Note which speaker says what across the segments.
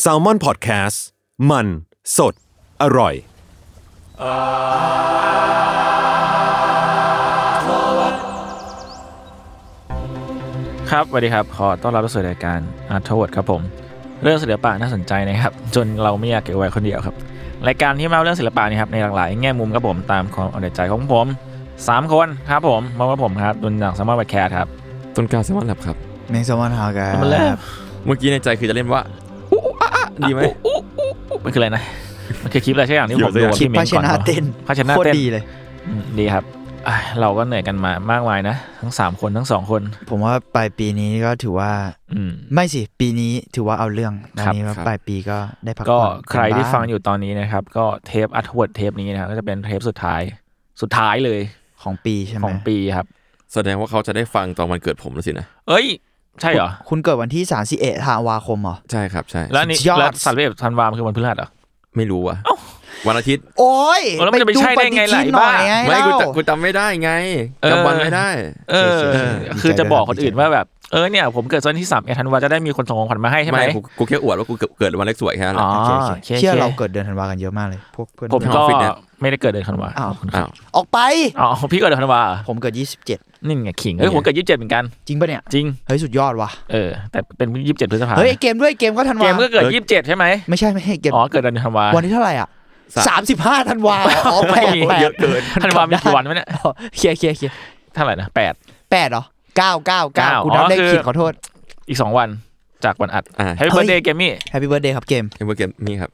Speaker 1: แซลมอนพอดแคสต์มันสดอร่อย
Speaker 2: ครับสวัสดีครับ ขอต้อนรับเข้าสู่รายการอาร์ทเวิร์ดครับผม เรื่องศิลปะน่าสนใจนะครับ จนเราไม่อยากเก็บไว้คนเดียวครับ รายการที่มาเล่าเรื่องศิลปะนี่ครับในหลากหลายแง่มุมครับผมตามความเอาใจใจของผม 3 คนครับผมมาว่าผมครับดุนดังสมารบัตแคร์ครับ
Speaker 3: ต้นกล้าแซลมอนแลบครับ
Speaker 4: แมงสวรรค์ฮากา
Speaker 2: มันเริ่ม
Speaker 3: เมื่อกี้ในใจคือจะเล่นว่าอุ๊อุ๊อ่ะอ่ะดีไหม
Speaker 2: มันคืออะไรนะ มันคือคลิปอะไรใช่อย่างที่ผมดู
Speaker 4: คลิปภาชนะเต้น
Speaker 2: ภาชนะ
Speaker 4: โคตร
Speaker 2: เต้น
Speaker 4: ดีเลย
Speaker 2: อืมดีครับอ่ะเราก็เหนื่อยกันมามากมายนะ ทั้ง 3 คนทั้ง 2 คน
Speaker 4: ผมว่าปลายปีนี้ก็ถือว่า
Speaker 2: อืม
Speaker 4: ไม่สิ ปีนี้ถือว่าเอาเรื่องตอน
Speaker 2: ครับ
Speaker 4: นี้ว่า
Speaker 3: ครับ
Speaker 4: ปลายปีก็ได้พัก
Speaker 2: ก็
Speaker 4: ผ่อน
Speaker 2: ใครที่
Speaker 4: กันบ้า
Speaker 2: ฟังอยู่ตอนนี้นะครับ ก็เทปอัดวดเทปนี้นะครับก็จะเป็นเทปสุดท้ายสุดท้ายเลย
Speaker 4: ของปีใช่ไหม
Speaker 2: ของปีครับ
Speaker 3: แสดงว่าเขาจะได้ฟังตอนวันเกิดผมแล้วสินะ
Speaker 2: เอ้ย ใช่เหรอ
Speaker 4: คุณเกิดวันที่31ธันวาคมเหรอ
Speaker 3: ใช่ครับใช่
Speaker 2: แล้วนี่
Speaker 4: สุดยอด
Speaker 2: แล้วสัตว์เวบธันวามนคือวันพฤหัสเหรอ
Speaker 3: ไม่รู้ว่ะวันอาทิตย์
Speaker 4: โอ้ย
Speaker 2: แล้วมันจะไปใช่ได้ไงล่ะ
Speaker 4: ปฏิทินหน่อย
Speaker 2: ไอ้บ้า
Speaker 4: ไง
Speaker 3: ไม่กู
Speaker 4: เล่า
Speaker 3: จำกูจำไม่ได้ไง
Speaker 2: เออ
Speaker 3: จำวันไม่ได้
Speaker 2: เออ
Speaker 4: ใช่ใช่ใช่
Speaker 2: คือ
Speaker 4: ดีใจ
Speaker 2: จะบอก
Speaker 4: ด้วย
Speaker 2: คนอื่น
Speaker 4: ดีใจ
Speaker 2: ว่าแบบ เออเนี่ย ผมเกิดวันที่สามเอดธันวาจะได้มีคนส่งของขวัญมาให้ใช่ไหม
Speaker 3: ไม่กูกูแค่อวดว่ากูเกิดเกิดวันเลขสวยแค่นั้นแห
Speaker 2: อ๋
Speaker 3: ละ
Speaker 2: อ
Speaker 4: โอ
Speaker 2: โอ
Speaker 4: เคโอเค
Speaker 2: เค
Speaker 4: เชื่อ
Speaker 2: โค
Speaker 4: เราเกิดเดือนธันวากันเยอะมากเลยพวกเพื่อน
Speaker 2: ผม
Speaker 3: ทำ
Speaker 2: ก็
Speaker 3: ฟิตเนส
Speaker 2: ไม่ได้เกิดเดือนธันวา
Speaker 4: อ้าว
Speaker 3: อ้าว
Speaker 4: ออกไป
Speaker 2: อ๋อพี่เกิดเดือนธันวาเหรอ
Speaker 4: ผมเกิด 27
Speaker 2: นี่ไงขิงเอ้ยผมเกิดยี่สิบเจ็ดเหมือนกัน
Speaker 4: จริงปะเนี่ย
Speaker 2: จริง
Speaker 4: เฮ้ยสุดยอดว่ะ
Speaker 2: เออ แต่เป็นยี่สิบเจ็ดพฤษภา
Speaker 4: เฮ้ยไอ้เกมด้วยเกมก็ธันวา
Speaker 2: เกมก็เกิดยี่สิบเจ็ดใช่ไหม
Speaker 4: ไม่ใช่ไม่ใช่เกม
Speaker 2: อ๋อเกิดเดือนธันวา
Speaker 4: วันที่เท่าไหร่อ่ะ35ธันวาอ๋อแปด
Speaker 2: ไม่มี
Speaker 4: แปด
Speaker 3: เยอะเกิน
Speaker 2: ธันวามีกี่วันวะเนี่ย
Speaker 4: อ๋อเคลียร์เคลียร์เคลียร์
Speaker 2: เท่าไหร่นะแปด
Speaker 4: แปดเหรอเก้าเก้าเก้า
Speaker 2: เก้า
Speaker 4: คุณนับ
Speaker 2: อ๋อ
Speaker 4: ได้
Speaker 2: คือ
Speaker 4: ผิดขอโทษ
Speaker 2: อีกสองวันจากวันอัด
Speaker 3: อ่า
Speaker 2: แฮปปี้
Speaker 4: เฮ้
Speaker 2: เบิร์ด
Speaker 4: ย
Speaker 2: เดย์เกมมี่
Speaker 4: แฮปปี้เบิร์ดเดย์ครับเกม
Speaker 3: เอ็มเบอร์เกมนี่ครับ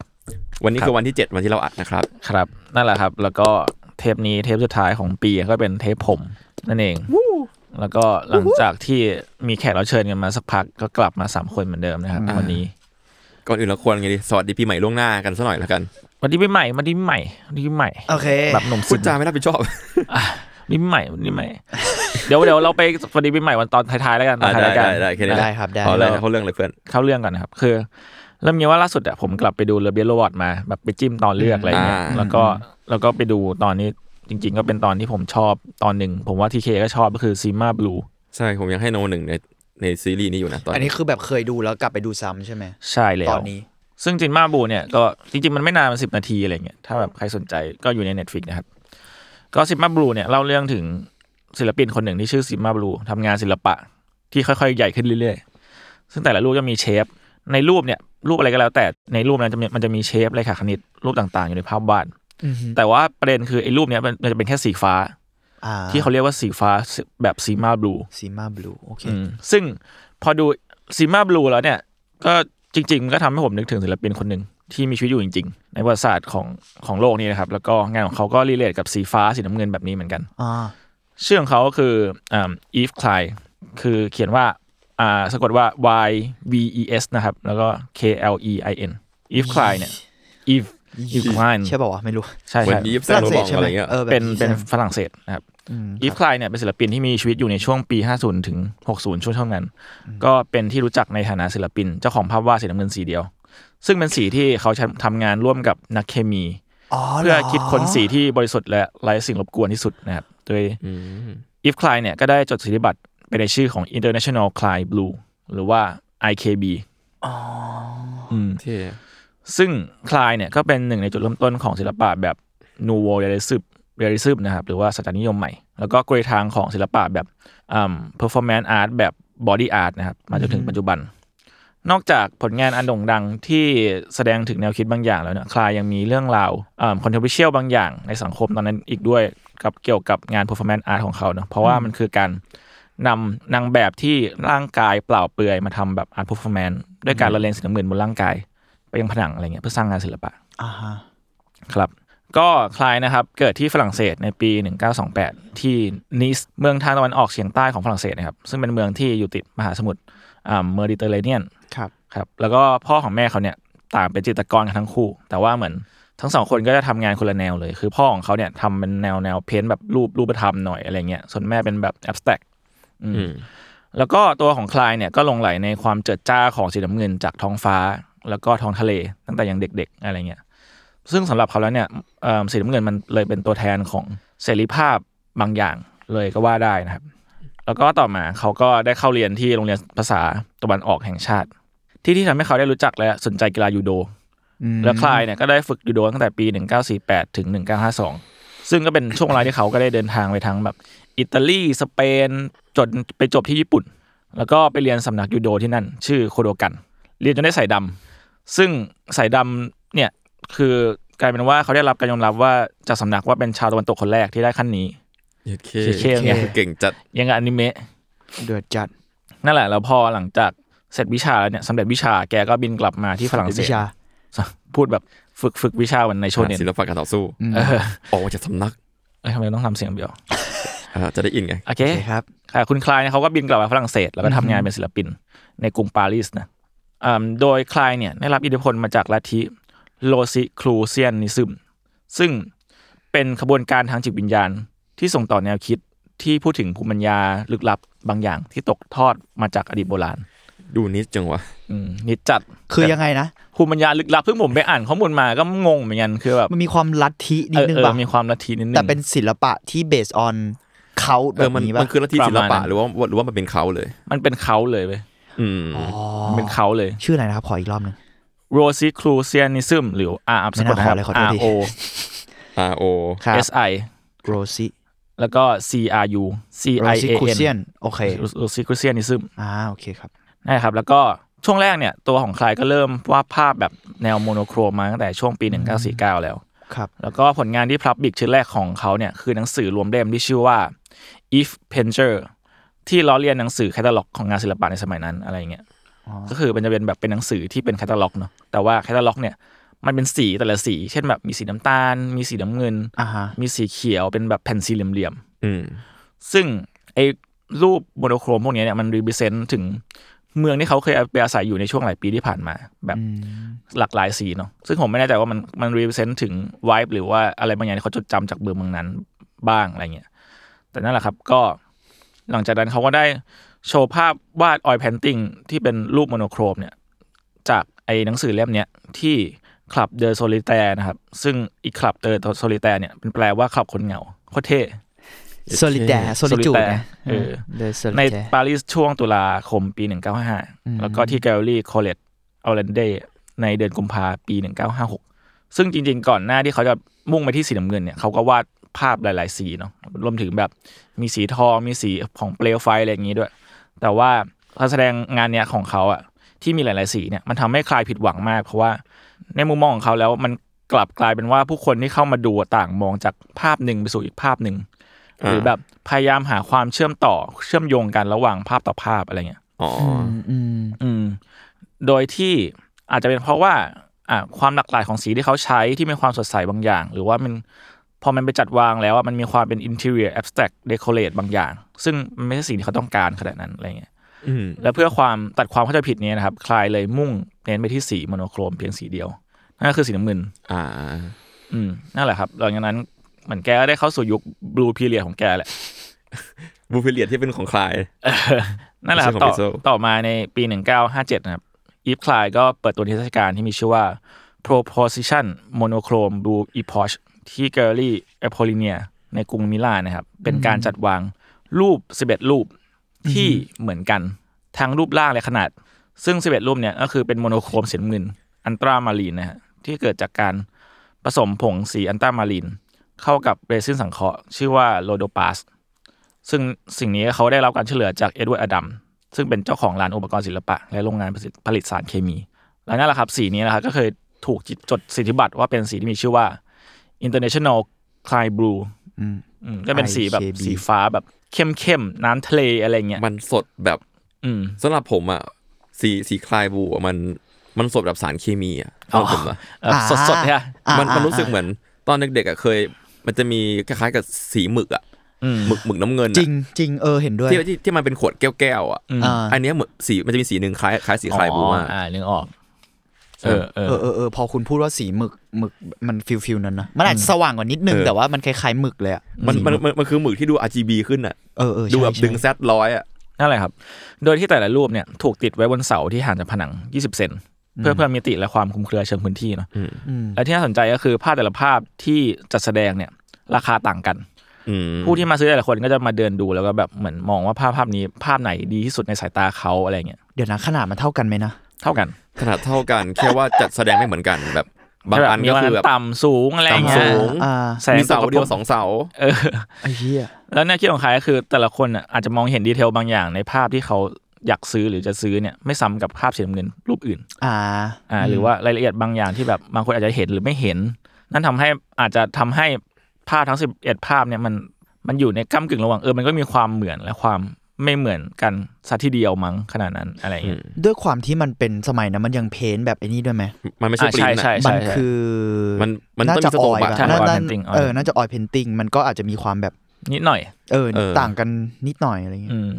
Speaker 3: วันนี้คือวันที่เจ็ดวันที่เราอัดนะครับ
Speaker 2: ครับ นั่นแหละครับ แล้วก็เทปนี้เทปสุดท้ายของปีก็เป็นเทปผมนั่นเอง แล้วก็หลังจากที่มีแขกรับเชิญกันมาสักพักก็กลับมาสามคนเหมือนเดิมนะครับ วันนี้
Speaker 3: ก่อนอื่นเราควรไงดีสวัสดีปีใหม่ล่วงหน้ากันซะหน่อยแล้วกัน
Speaker 2: วันนี้ปีใหม่วันนี้ปีใหม่วันนี้ปีใหม่
Speaker 4: โอเค
Speaker 2: แบบหนุ่ม
Speaker 3: พู
Speaker 2: สุ
Speaker 3: ด
Speaker 2: ด
Speaker 3: จาไม่รับผิดชอบ
Speaker 2: วันนี้ปีใหม่วันนี้ปีใหม่ เดี๋ยวเดี๋ยวเราไปสวัสดีปีใหม่วันตอนท้ายๆแล้วกันตอ
Speaker 3: อ่ะ
Speaker 2: น
Speaker 3: ได้
Speaker 2: ท้ายๆกัน
Speaker 3: ได้ได้แค่นี้แหละ
Speaker 4: ได้ครับได้
Speaker 3: เอาเลยนะเขาเรื่องเลยเพื่อน
Speaker 2: เข้าเรื่องก่อนนะครับ คือ เริ่มนี้ว่าล่าสุดอะผมกลับไปดูเรือเบียโรบอทมาแบบไปจิ้มตอนเลือกอะไรเงี้ย
Speaker 3: อ่า
Speaker 2: แล้วก็แล้วก็ไปดูตอนนี้จริง ๆ ก็เป็นตอนที่ผมชอบตอนหนึ่งผมว่าทีเคก็ชอบก็คือซีมาบลู
Speaker 3: ใช่ผมยังให้โนหนึ่งในในซีรีส์นี้อยู่นะตอน
Speaker 4: อัน
Speaker 3: นี้
Speaker 4: นี้คือแบบเคยดูแล้วกลับไปดูซ้ำใช่ไหม
Speaker 2: ใช่แล้ว
Speaker 4: ตอนนี้
Speaker 2: ซึ่งจินมาบูเนี่ยก็จริงๆ มันไม่นานมันสิบนาทีอะไรเงี้ยถ้าแบบใครสนใจก็อยู่ใน Netflix นะครับ ก็ซิมมาบลูเนี่ยเล่าเรื่องถึงศิลปินคนหนึ่งที่ชื่อซิมมาบลูทำงานศิลปะที่ค่อยๆ ใหญ่ขึ้นเรื่อยๆ ซึ่งแต่ละรูปจะมีเชฟ ในรูปเนี่ย รูปอะไรก็แล้ว แต่ในรูปนั้นจะมีมันจะมีเชฟเลยค่ะคณิตรูปต่างๆ อยู่ในภาพวาดแต่ว่าประเด็นคือไอ้รูปเนี่ยมันมันจะเป็นแค่สีฟ้า
Speaker 4: อ่า
Speaker 2: ที่เขาเรียกว่าสีฟ้าแบบซีมาบลู
Speaker 4: ซีมาบลูโอเค
Speaker 2: อืมซึ่งพอดูซีมาบลูแล้วเนี่ย ก็จริง ๆ มันก็ทำให้ผมนึกถึงศิลปินคนหนึ่งที่มีชีวิตอยู่จริง ๆ ในประวัติศาสตร์ของของโลกนี้นะครับ แล้วก็งานของเขาก็รีเลทกับสีฟ้าสีน้ำเงินแบบนี้เหมือนกัน
Speaker 4: อ่า
Speaker 2: ชื่อของเขาก็คืออีฟคลายคือเขียนว่าอ่าสะกดว่า Y V E S นะครับ แล้วก็ K L E I N อีฟคลายเนี่ยอีฟอีฟคลาย
Speaker 4: ใช่ป่าวะไม่รู้
Speaker 2: ใช่
Speaker 3: เหมือน
Speaker 2: ใช่
Speaker 3: ยิปแซงโรบองอะไรเงี้ย
Speaker 4: เออแบบ
Speaker 2: เป็นเป็น
Speaker 4: ใช่ไหม
Speaker 2: ฝรั่งเศสนะครับ
Speaker 4: อืม
Speaker 2: อีฟคลายเนี่ยเป็นศิลปินที่มีชีวิตอยู่ในช่วงปี 50 ถึง 60 ช่วงเท่านั้น ก็เป็นที่รู้จักในฐานะศิลปิน เจ้าของภาพวาดสีน้ำเงินสีเดียว ซึ่งเป็นสีที่เขาใช้ทำงานร่วมกับนักเคมี
Speaker 4: อ๋อหร
Speaker 2: เพื่อคิดค้นสีที่บริสุทธิ์และไร้สิ่งรบกวนที่สุดนะครับโดยอีฟคลายเนี่ยก็ได้จดสิทธิบัตรไปในชื่อของ International Cly Blue หรือว่า IKB อืม
Speaker 3: เท่
Speaker 2: ซึ่งคลายเนี่ยก็เป็นหนึ่งในจุดเริ่มต้นของศิลปะแบบนูโวเรลิซึมเรลิซึมนะครับหรือว่าสถานิยมใหม่ แล้วก็กลวยทางของศิลปะแบบอ่าเพอร์ฟอร์แมนซ์อาร์ตแบบบอดี้อาร์ตนะครับมาจนถึงปัจจุบัน นอกจากผลงานอันโด่งดังที่แสดงถึงแนวคิดบางอย่างแล้วเนี่ยคลายยังมีเรื่องราวคอนเทนเชียลบางอย่างในสังคมตอนนั้นอีกด้วยกับเกี่ยวกับงาน performance art ของเขาเนาะเพราะว่ามันคือการนำนางแบบที่ร่างกายเปล่าเปลือยมาทำแบบ art performance ด้วยการละเลงสีน้ำเงินบนร่างกาย ไปยังผนังอะไรเงี้ยเพื่อสร้างงานศิลปะ
Speaker 4: อ่าฮะ
Speaker 2: ครับก็คลายนะครับเกิดที่ฝรั่งเศสในปี 1928 ที่นิสเมืองทางตะวันออกเฉียงใต้ของฝรั่งเศสนะครับซึ่งเป็นเมืองที่อยู่ติดมหาสมุทรเมอร์ดิเตอร์เรเนียน
Speaker 4: ครับ
Speaker 2: ครับแล้วก็พ่อของแม่เขาเนี่ยต่างเป็นจิตรกรกันทั้งคู่ แต่ว่าเหมือนทั้งสองคนก็จะทำงานคนละแนวเลย คือพ่อของเขาเนี่ยทำเป็นแนวแนวเพ้นท์แบบรูปรูปธรรมหน่อยอะไรเงี้ยส่วนแม่เป็นแบบแอบสแต็ก
Speaker 3: อืม
Speaker 2: แล้วก็ตัวของคลายเนี่ยก็หลงไหลในความเจิดจ้าของสีน้ำเงินจากท้องฟ้า แล้วก็ท้องทะเลตั้งแต่ยังเด็ก ๆ อะไรเงี้ยซึ่งสำหรับเขาแล้วเนี่ยเอิ่มสีน้ำเงินมันเลยเป็นตัวแทนของเสรีภาพบางอย่างเลยก็ว่าได้นะครับ แล้วก็ต่อมาเขาก็ได้เข้าเรียนที่โรงเรียนภาษาตะวันออกแห่งชาติ ที่ที่ทำให้เขาได้รู้จักและสนใจกีฬายูโด
Speaker 4: อืม
Speaker 2: แล้วคลายเนี่ยก็ได้ฝึกยูโดตั้งแต่ปี 1948 ถึง 1952 ซึ่งก็เป็นช่วงเวลาที่เขาก็ได้เดินทางไปทั้งแบบอิตาลี สเปน จนไปจบที่ญี่ปุ่น แล้วก็ไปเรียนสำนักยูโดที่นั่น ชื่อโคโดกัน เรียนจนได้ใส่ดำ ซึ่งใส่ดำเนี่ยคือกลายเป็นว่าเขาได้รับการยอมรับว่าจากสำนักว่าเป็นชาวตะวันตกคนแรกที่ได้ขั้นนี้
Speaker 3: เย็ดเค
Speaker 2: เคเนี่ย
Speaker 3: เก่งจัด
Speaker 2: ยังกับอนิเมะ
Speaker 4: เดือดจัด
Speaker 2: นั่นแหละแล้วพอหลังจากเสร็จวิชาแล้วเนี่ยสำเร็จวิชาแกก็บินกลับมาที่ฝรั่งเศ
Speaker 4: วิ
Speaker 2: ส
Speaker 4: ชา
Speaker 2: พูดแบบฝึกฝึกวิชาเหมือนในโชเน็น
Speaker 3: ศิลปะการต่อสู้
Speaker 2: เออ
Speaker 3: ออกมาจากสำนัก
Speaker 2: เอ้ยทำไมต้องทำเสียงเบี้ยว
Speaker 3: อ่าจะได้อินไง
Speaker 2: โอเค
Speaker 4: โอเคครับ
Speaker 2: ค่ะคุณคลายเนี่ยเขาก็บินกลับมาฝรั่งเศส แล้วก็ทำงานเป็นศิลปินในกรุงปารีสนะอ่าโดยคลายเนี่ยได้รับอิทธิพลมาจากลัทธิโลซิครูเซียนนิซึมซึ่งเป็นขบวนการทางจิตวิญญาณที่ส่งต่อแนวคิดที่พูดถึงภูมิปัญญาลึกลับบางอย่างที่ตกทอดมาจากอดีตโบราณ
Speaker 3: ดูนิดจังวะ
Speaker 2: อืมนิดจัด
Speaker 4: คือยังไงนะ
Speaker 2: ภูมิปัญญาลึกลับเพิ่งผมไปอ่านข้อมูลมาก็งงเหมือนกันคือแบบ
Speaker 4: มันมีความลัทธินิดนึง
Speaker 2: เออ
Speaker 4: ป่ะ
Speaker 2: เออมีความลัทธินิดนึง
Speaker 4: แต่เป็นศิลปะที่เบสออนเขา
Speaker 3: เอ
Speaker 4: แบ
Speaker 3: อบ มัน
Speaker 4: นี้ป่ะ
Speaker 3: มันคือลัทธิศิล
Speaker 2: ประมา
Speaker 3: ปะ
Speaker 2: ณนั้น
Speaker 3: หรือว่าหรือว่ามันเป็นเขาเลย
Speaker 2: มันเป็นเขาเลยเว้ย
Speaker 3: อืม
Speaker 2: มันเป็นเขาเลย
Speaker 4: ชื่ออะไรนะครับขออีกรอบหนึ่ง
Speaker 2: โรซิครูเซียนิซึมหรือ R อัพส
Speaker 4: ไม่
Speaker 2: กอต
Speaker 4: น่า
Speaker 2: ครับ
Speaker 4: ขอเลยขอโทษ
Speaker 2: R
Speaker 4: ที
Speaker 2: O
Speaker 3: อาโอ
Speaker 4: ครับ
Speaker 2: S I
Speaker 4: โรซิ
Speaker 2: แล้วก็ C R U C
Speaker 4: โร
Speaker 2: I
Speaker 4: ซิ
Speaker 2: A
Speaker 4: คูเซีย
Speaker 2: N
Speaker 4: นโอเค
Speaker 2: โรซิครูเซียนิซึม
Speaker 4: อ่าโอเคครับ
Speaker 2: นะครับแล้วก็ช่วงแรกเนี่ยตัวของใครก็เริ่มวาดภาพแบบแนวโมโนโครมาตั้งแต่ช่วงปี 1949 แล้ว
Speaker 4: ครับ
Speaker 2: แล้วก็ผลงานที่พลับบิกชิ้นแรกของเขาเนี่ยคือหนังสือรวมเล่มที่ชื่อว่า If Painter ที่ล้อเลียนหนังสือแคตตาล็อกของงานศิลปะในสมัยนั้นอะไรอย่างเงี้ยก็คือมันจะเป็นแบบเป็นหนังสือที่เป็นแคตตาล็อกเนาะแต่ว่าแคตตาล็อกเนี่ยมันเป็นสีแต่ละสี เช่นแบบมีสีน้ำตาล มีสีน้ำเงิน
Speaker 4: อ่าฮะ
Speaker 2: มีสีเขียวเป็นแบบแผ่นสี่เหลี่ยมๆ
Speaker 3: อืม
Speaker 2: ซึ่งไอ้รูปโมโนโครมพวกเนี้ยเนี่ยมันรี r ิเซนต์ถึงเมืองที่เขาเคยไปอาศัยอยู่ในช่วงหลายปีที่ผ่านมา แบบหลากหลายสีเนาะซึ่งผมไม่แน่ใจว่ามันมันรี r ิเซนต์ถึงวายหรือว่าอะไรบางอย่างที่เขาจดจำจากเมืองเมืองนั้นบ้างอะไรเงี้ยแต่นั่นแหละครับก็หลังจากนั้นเขาก็ได้โชว์ภาพวาดออยแพนติงที่เป็นรูปโมโนโครมเนี่ยจากไอ้หนังสือเล่มเนี้ยที่คลับเดอโซลิแตนะครับซึ่งอีกคลับเดอโซลิแตเนี่ยเป็นแปลว่าคลับคนเหงาโคตรเท่
Speaker 4: โซลิแดโซลิจูดนะ
Speaker 2: เออ
Speaker 4: เดอะโซลิ
Speaker 2: ใน
Speaker 4: แด
Speaker 2: ปารีสช่วงตุลาคมปี 1955 แล้วก็ที่แกลเลอรี่โคเลตออร์แลนเดในเดือนกุมภาปี 1956 ซึ่งจริงๆ ก่อนหน้าที่เขาจะมุ่งไปที่สีน้ำเงินเนี่ยเขาก็วาดภาพหลายๆ สีเนาะรวมถึงแบบมีสีทอง มีสีของเปลวไฟอะไรอย่างนี้ด้วย แต่ว่าการแสดงงานเนี้ยของเขาอะที่มีหลาย ๆ สีเนี่ยมันทำให้คลายผิดหวังมาก เพราะว่าในมุมมองของเขาแล้วมันกลับกลายเป็นว่าผู้คนที่เข้ามาดูต่างมองจากภาพหนึ่งไปสู่อีกภาพหนึ่ง หรือแบบพยายามหาความเชื่อมต่อเชื่อมโยงกันระหว่างภาพต่อภาพอะไรเงี้ย
Speaker 3: อ๋อ
Speaker 4: อืมอืม
Speaker 2: อืม โดยที่อาจจะเป็นเพราะว่าอ่ะความหลากหลายของสีที่เขาใช้ที่มีความสดใสบางอย่าง หรือว่ามันพอมันไปจัดวางแล้วอะมันมีความเป็น interior abstract decorate บางอย่าง ซึ่งมันไม่ใช่สิ่งที่เขาต้องการขนาดนั้นอะไรเงี้ย
Speaker 3: อืม
Speaker 2: และเพื่อความตัดความเข้าใจผิดนี้นะครับ คลายเลยมุ่งเน้นไปที่สีโมโนโครมเพียงสีเดียว นั่นก็คือสีน้ำเงิน
Speaker 3: อ่า
Speaker 2: อืม นั่นแหละครับหลังจากนั้นเหมือนแกก็ได้เข้าสู่ยุค blue period ของแกแหละ
Speaker 3: บูฟิเลียดที่เป็นของคลาย
Speaker 2: นั่นแหละครับ
Speaker 3: ไม่ใช่
Speaker 2: ต่อ
Speaker 3: ของ Pixel
Speaker 2: ต่อมาในปี 1957 นะครับอีฟคลายก็เปิดตัวนิทรรศการที่มีชื่อว่า Proposition Monochrome Blue Epoch ที่ Gallery a p o l l i n e a ในกรุงมิลานนะครับ เป็นการจัดวางรูป 11 รูปที่เหมือนกัน ทั้งรูปร่างและขนาด ซึ่ง 11 รูปเนี่ยก็คือเป็นโมโนโครมสีน้ำเงินอันตรามารีนนะฮะที่เกิดจากการผสมผงสีอันตรามารีน เข้ากับเรซินสังเคราะห์ชื่อว่าโลโดปาส ซึ่งสิ่งนี้เขาได้รับการช่วยเหลือจากเอ็ดเวิร์ดอดัม ซึ่งเป็นเจ้าของร้านอุปกรณ์ศิลปะ และโรงงานผลิตผลิตสารเคมี แล้วนั่นแหละครับสีนี้นะครับก็เคยถูกจดสิทธิบัตรว่าเป็นสีที่มีชื่อว่า International Clear Blue
Speaker 4: อืม
Speaker 2: อืมก็เป็นสีแบบ
Speaker 4: IKB
Speaker 2: สีฟ้าแบบเข้มเข้มๆน้ำทะเลอะไรเงี้ย
Speaker 3: มันสดแบบ
Speaker 2: อืม
Speaker 3: สำหรับผมอ่ะสีสีคลายบลูอะมันมันสดแบบสารเคมีอ่ะสำหรับผมนะ
Speaker 2: แบบสดสดๆใช่ไหม
Speaker 4: อ่า
Speaker 3: มันมัน
Speaker 4: อ่า
Speaker 3: รู้สึกเหมือนตอนเด็กๆอ่ะเคย มันจะมีคล้ายๆกับสีหมึกอ่ะ
Speaker 2: อืม
Speaker 3: หมึกหมึกน้ำเงินอะ
Speaker 4: จริงจริงเออเห็นด้วย
Speaker 3: ที่ที่ที่มันเป็นขวดแก้วๆอ่ะ
Speaker 2: อืม
Speaker 4: อ่า
Speaker 3: อันเนี้ยเหมือนสีมันจะมีสีหนึ่งคล้ายคล้ายสีคลายบลูมาก
Speaker 2: อ่านึกออกเออเอ
Speaker 4: เอ
Speaker 2: อ
Speaker 4: อเออเออพอคุณพูดว่าสีหมึกหมึกมันฟิลฟิลนั้นนะมันอาจจะสว่างกว่านิดนึงแต่ว่ามันคล้ายๆหมึกเลยอะ
Speaker 3: มันมันมันมันคือหมึกที่ดู RGB ขึ้นอ่ะ
Speaker 4: เออเออใช่
Speaker 3: ดูแบบ
Speaker 4: ใช่
Speaker 3: ดึงแซดร้อยอ่ะ
Speaker 2: นั่นแหละครับ โดยที่แต่ละรูปเนี่ยถูกติดไว้บนเสาที่ห่างจากผนัง 20 เซน เพื่อเพิ่มมิติและความคลุมเครือเชิงพื้นที่เนาะ
Speaker 3: อืม
Speaker 4: อืม
Speaker 2: และที่น่าสนใจก็คือภาพแต่ละภาพที่จัดแสดงเนี่ยราคาต่างกัน
Speaker 3: อืม
Speaker 2: ผู้ที่มาซื้อแต่ละคนก็จะมาเดินดูแล้วก็แบบเหมือนมองว่าภาพภาพนี้ภาพไหนดีที่สุดในสายตาเขาอะไรเงี้ย
Speaker 4: เดี๋ยวนะขนาดมันเท่ากันไหมนะ
Speaker 2: เท่ากัน
Speaker 3: ขนาดเท่ากัน แค่ว่าจัดแสดงไม่เหมือนกันแบบบาง
Speaker 2: ใช่
Speaker 3: อัน
Speaker 2: มี
Speaker 3: ก็
Speaker 2: วั
Speaker 3: คือแบบ
Speaker 2: ต่ำสูงอะไร
Speaker 3: ต่ำ
Speaker 2: เงี้ย
Speaker 3: สูง
Speaker 4: อ่า
Speaker 2: แสง
Speaker 3: มีเสาเดียว
Speaker 2: ตกกระทบ
Speaker 3: สองเสา
Speaker 2: เออ
Speaker 4: ไอ้เหี้ย
Speaker 2: แล้วแนวคิดของใครก็คือแต่ละคนน่ะอาจจะมองเห็นดีเทลบางอย่างในภาพที่เขาอยากซื้อหรือจะซื้อเนี่ยไม่ซ้ำกับภาพสีน้ำเงินรูปอื่น
Speaker 4: อ่า
Speaker 2: อ่าหรือว่ารายละเอียดบางอย่างที่แบบบางคนอาจจะเห็นหรือไม่เห็น นั่นทำให้อาจจะทำให้ภาพทั้ง 11 ภาพเนี่ยมันมันอยู่ในก้ากึ่งระหว่างเออมันก็มีความเหมือนและความไม่เหมือนกันสัทีเดียวมั้งขนาดนั้นอะไรอย่างเงี้ย
Speaker 4: ด้วยความที่มันเป็นสมัยนั้นมันยังเพ้นท์แบบไอ้นี่ด้วยไหม
Speaker 3: มันไม่ใช่
Speaker 2: อ่ะ
Speaker 3: ปริ้น
Speaker 2: ใช่
Speaker 3: อะ
Speaker 2: ใช่
Speaker 4: มันคือ
Speaker 3: มันมัน
Speaker 4: น่า
Speaker 3: ต้อง
Speaker 4: จะ
Speaker 3: มีส
Speaker 4: อ
Speaker 3: โต
Speaker 4: อยล์
Speaker 3: บัต
Speaker 4: ป่ะ
Speaker 2: ใช่
Speaker 4: น่า
Speaker 2: ออยล์
Speaker 4: น่า
Speaker 2: painting ออยล์
Speaker 4: เออ น่าจะออยล์เพนติงมันก็อาจจะมีความแบบ
Speaker 2: นิดหน่อย
Speaker 4: เออ ต่างกันนิดหน่อยอะไรเงี้ย
Speaker 2: อืม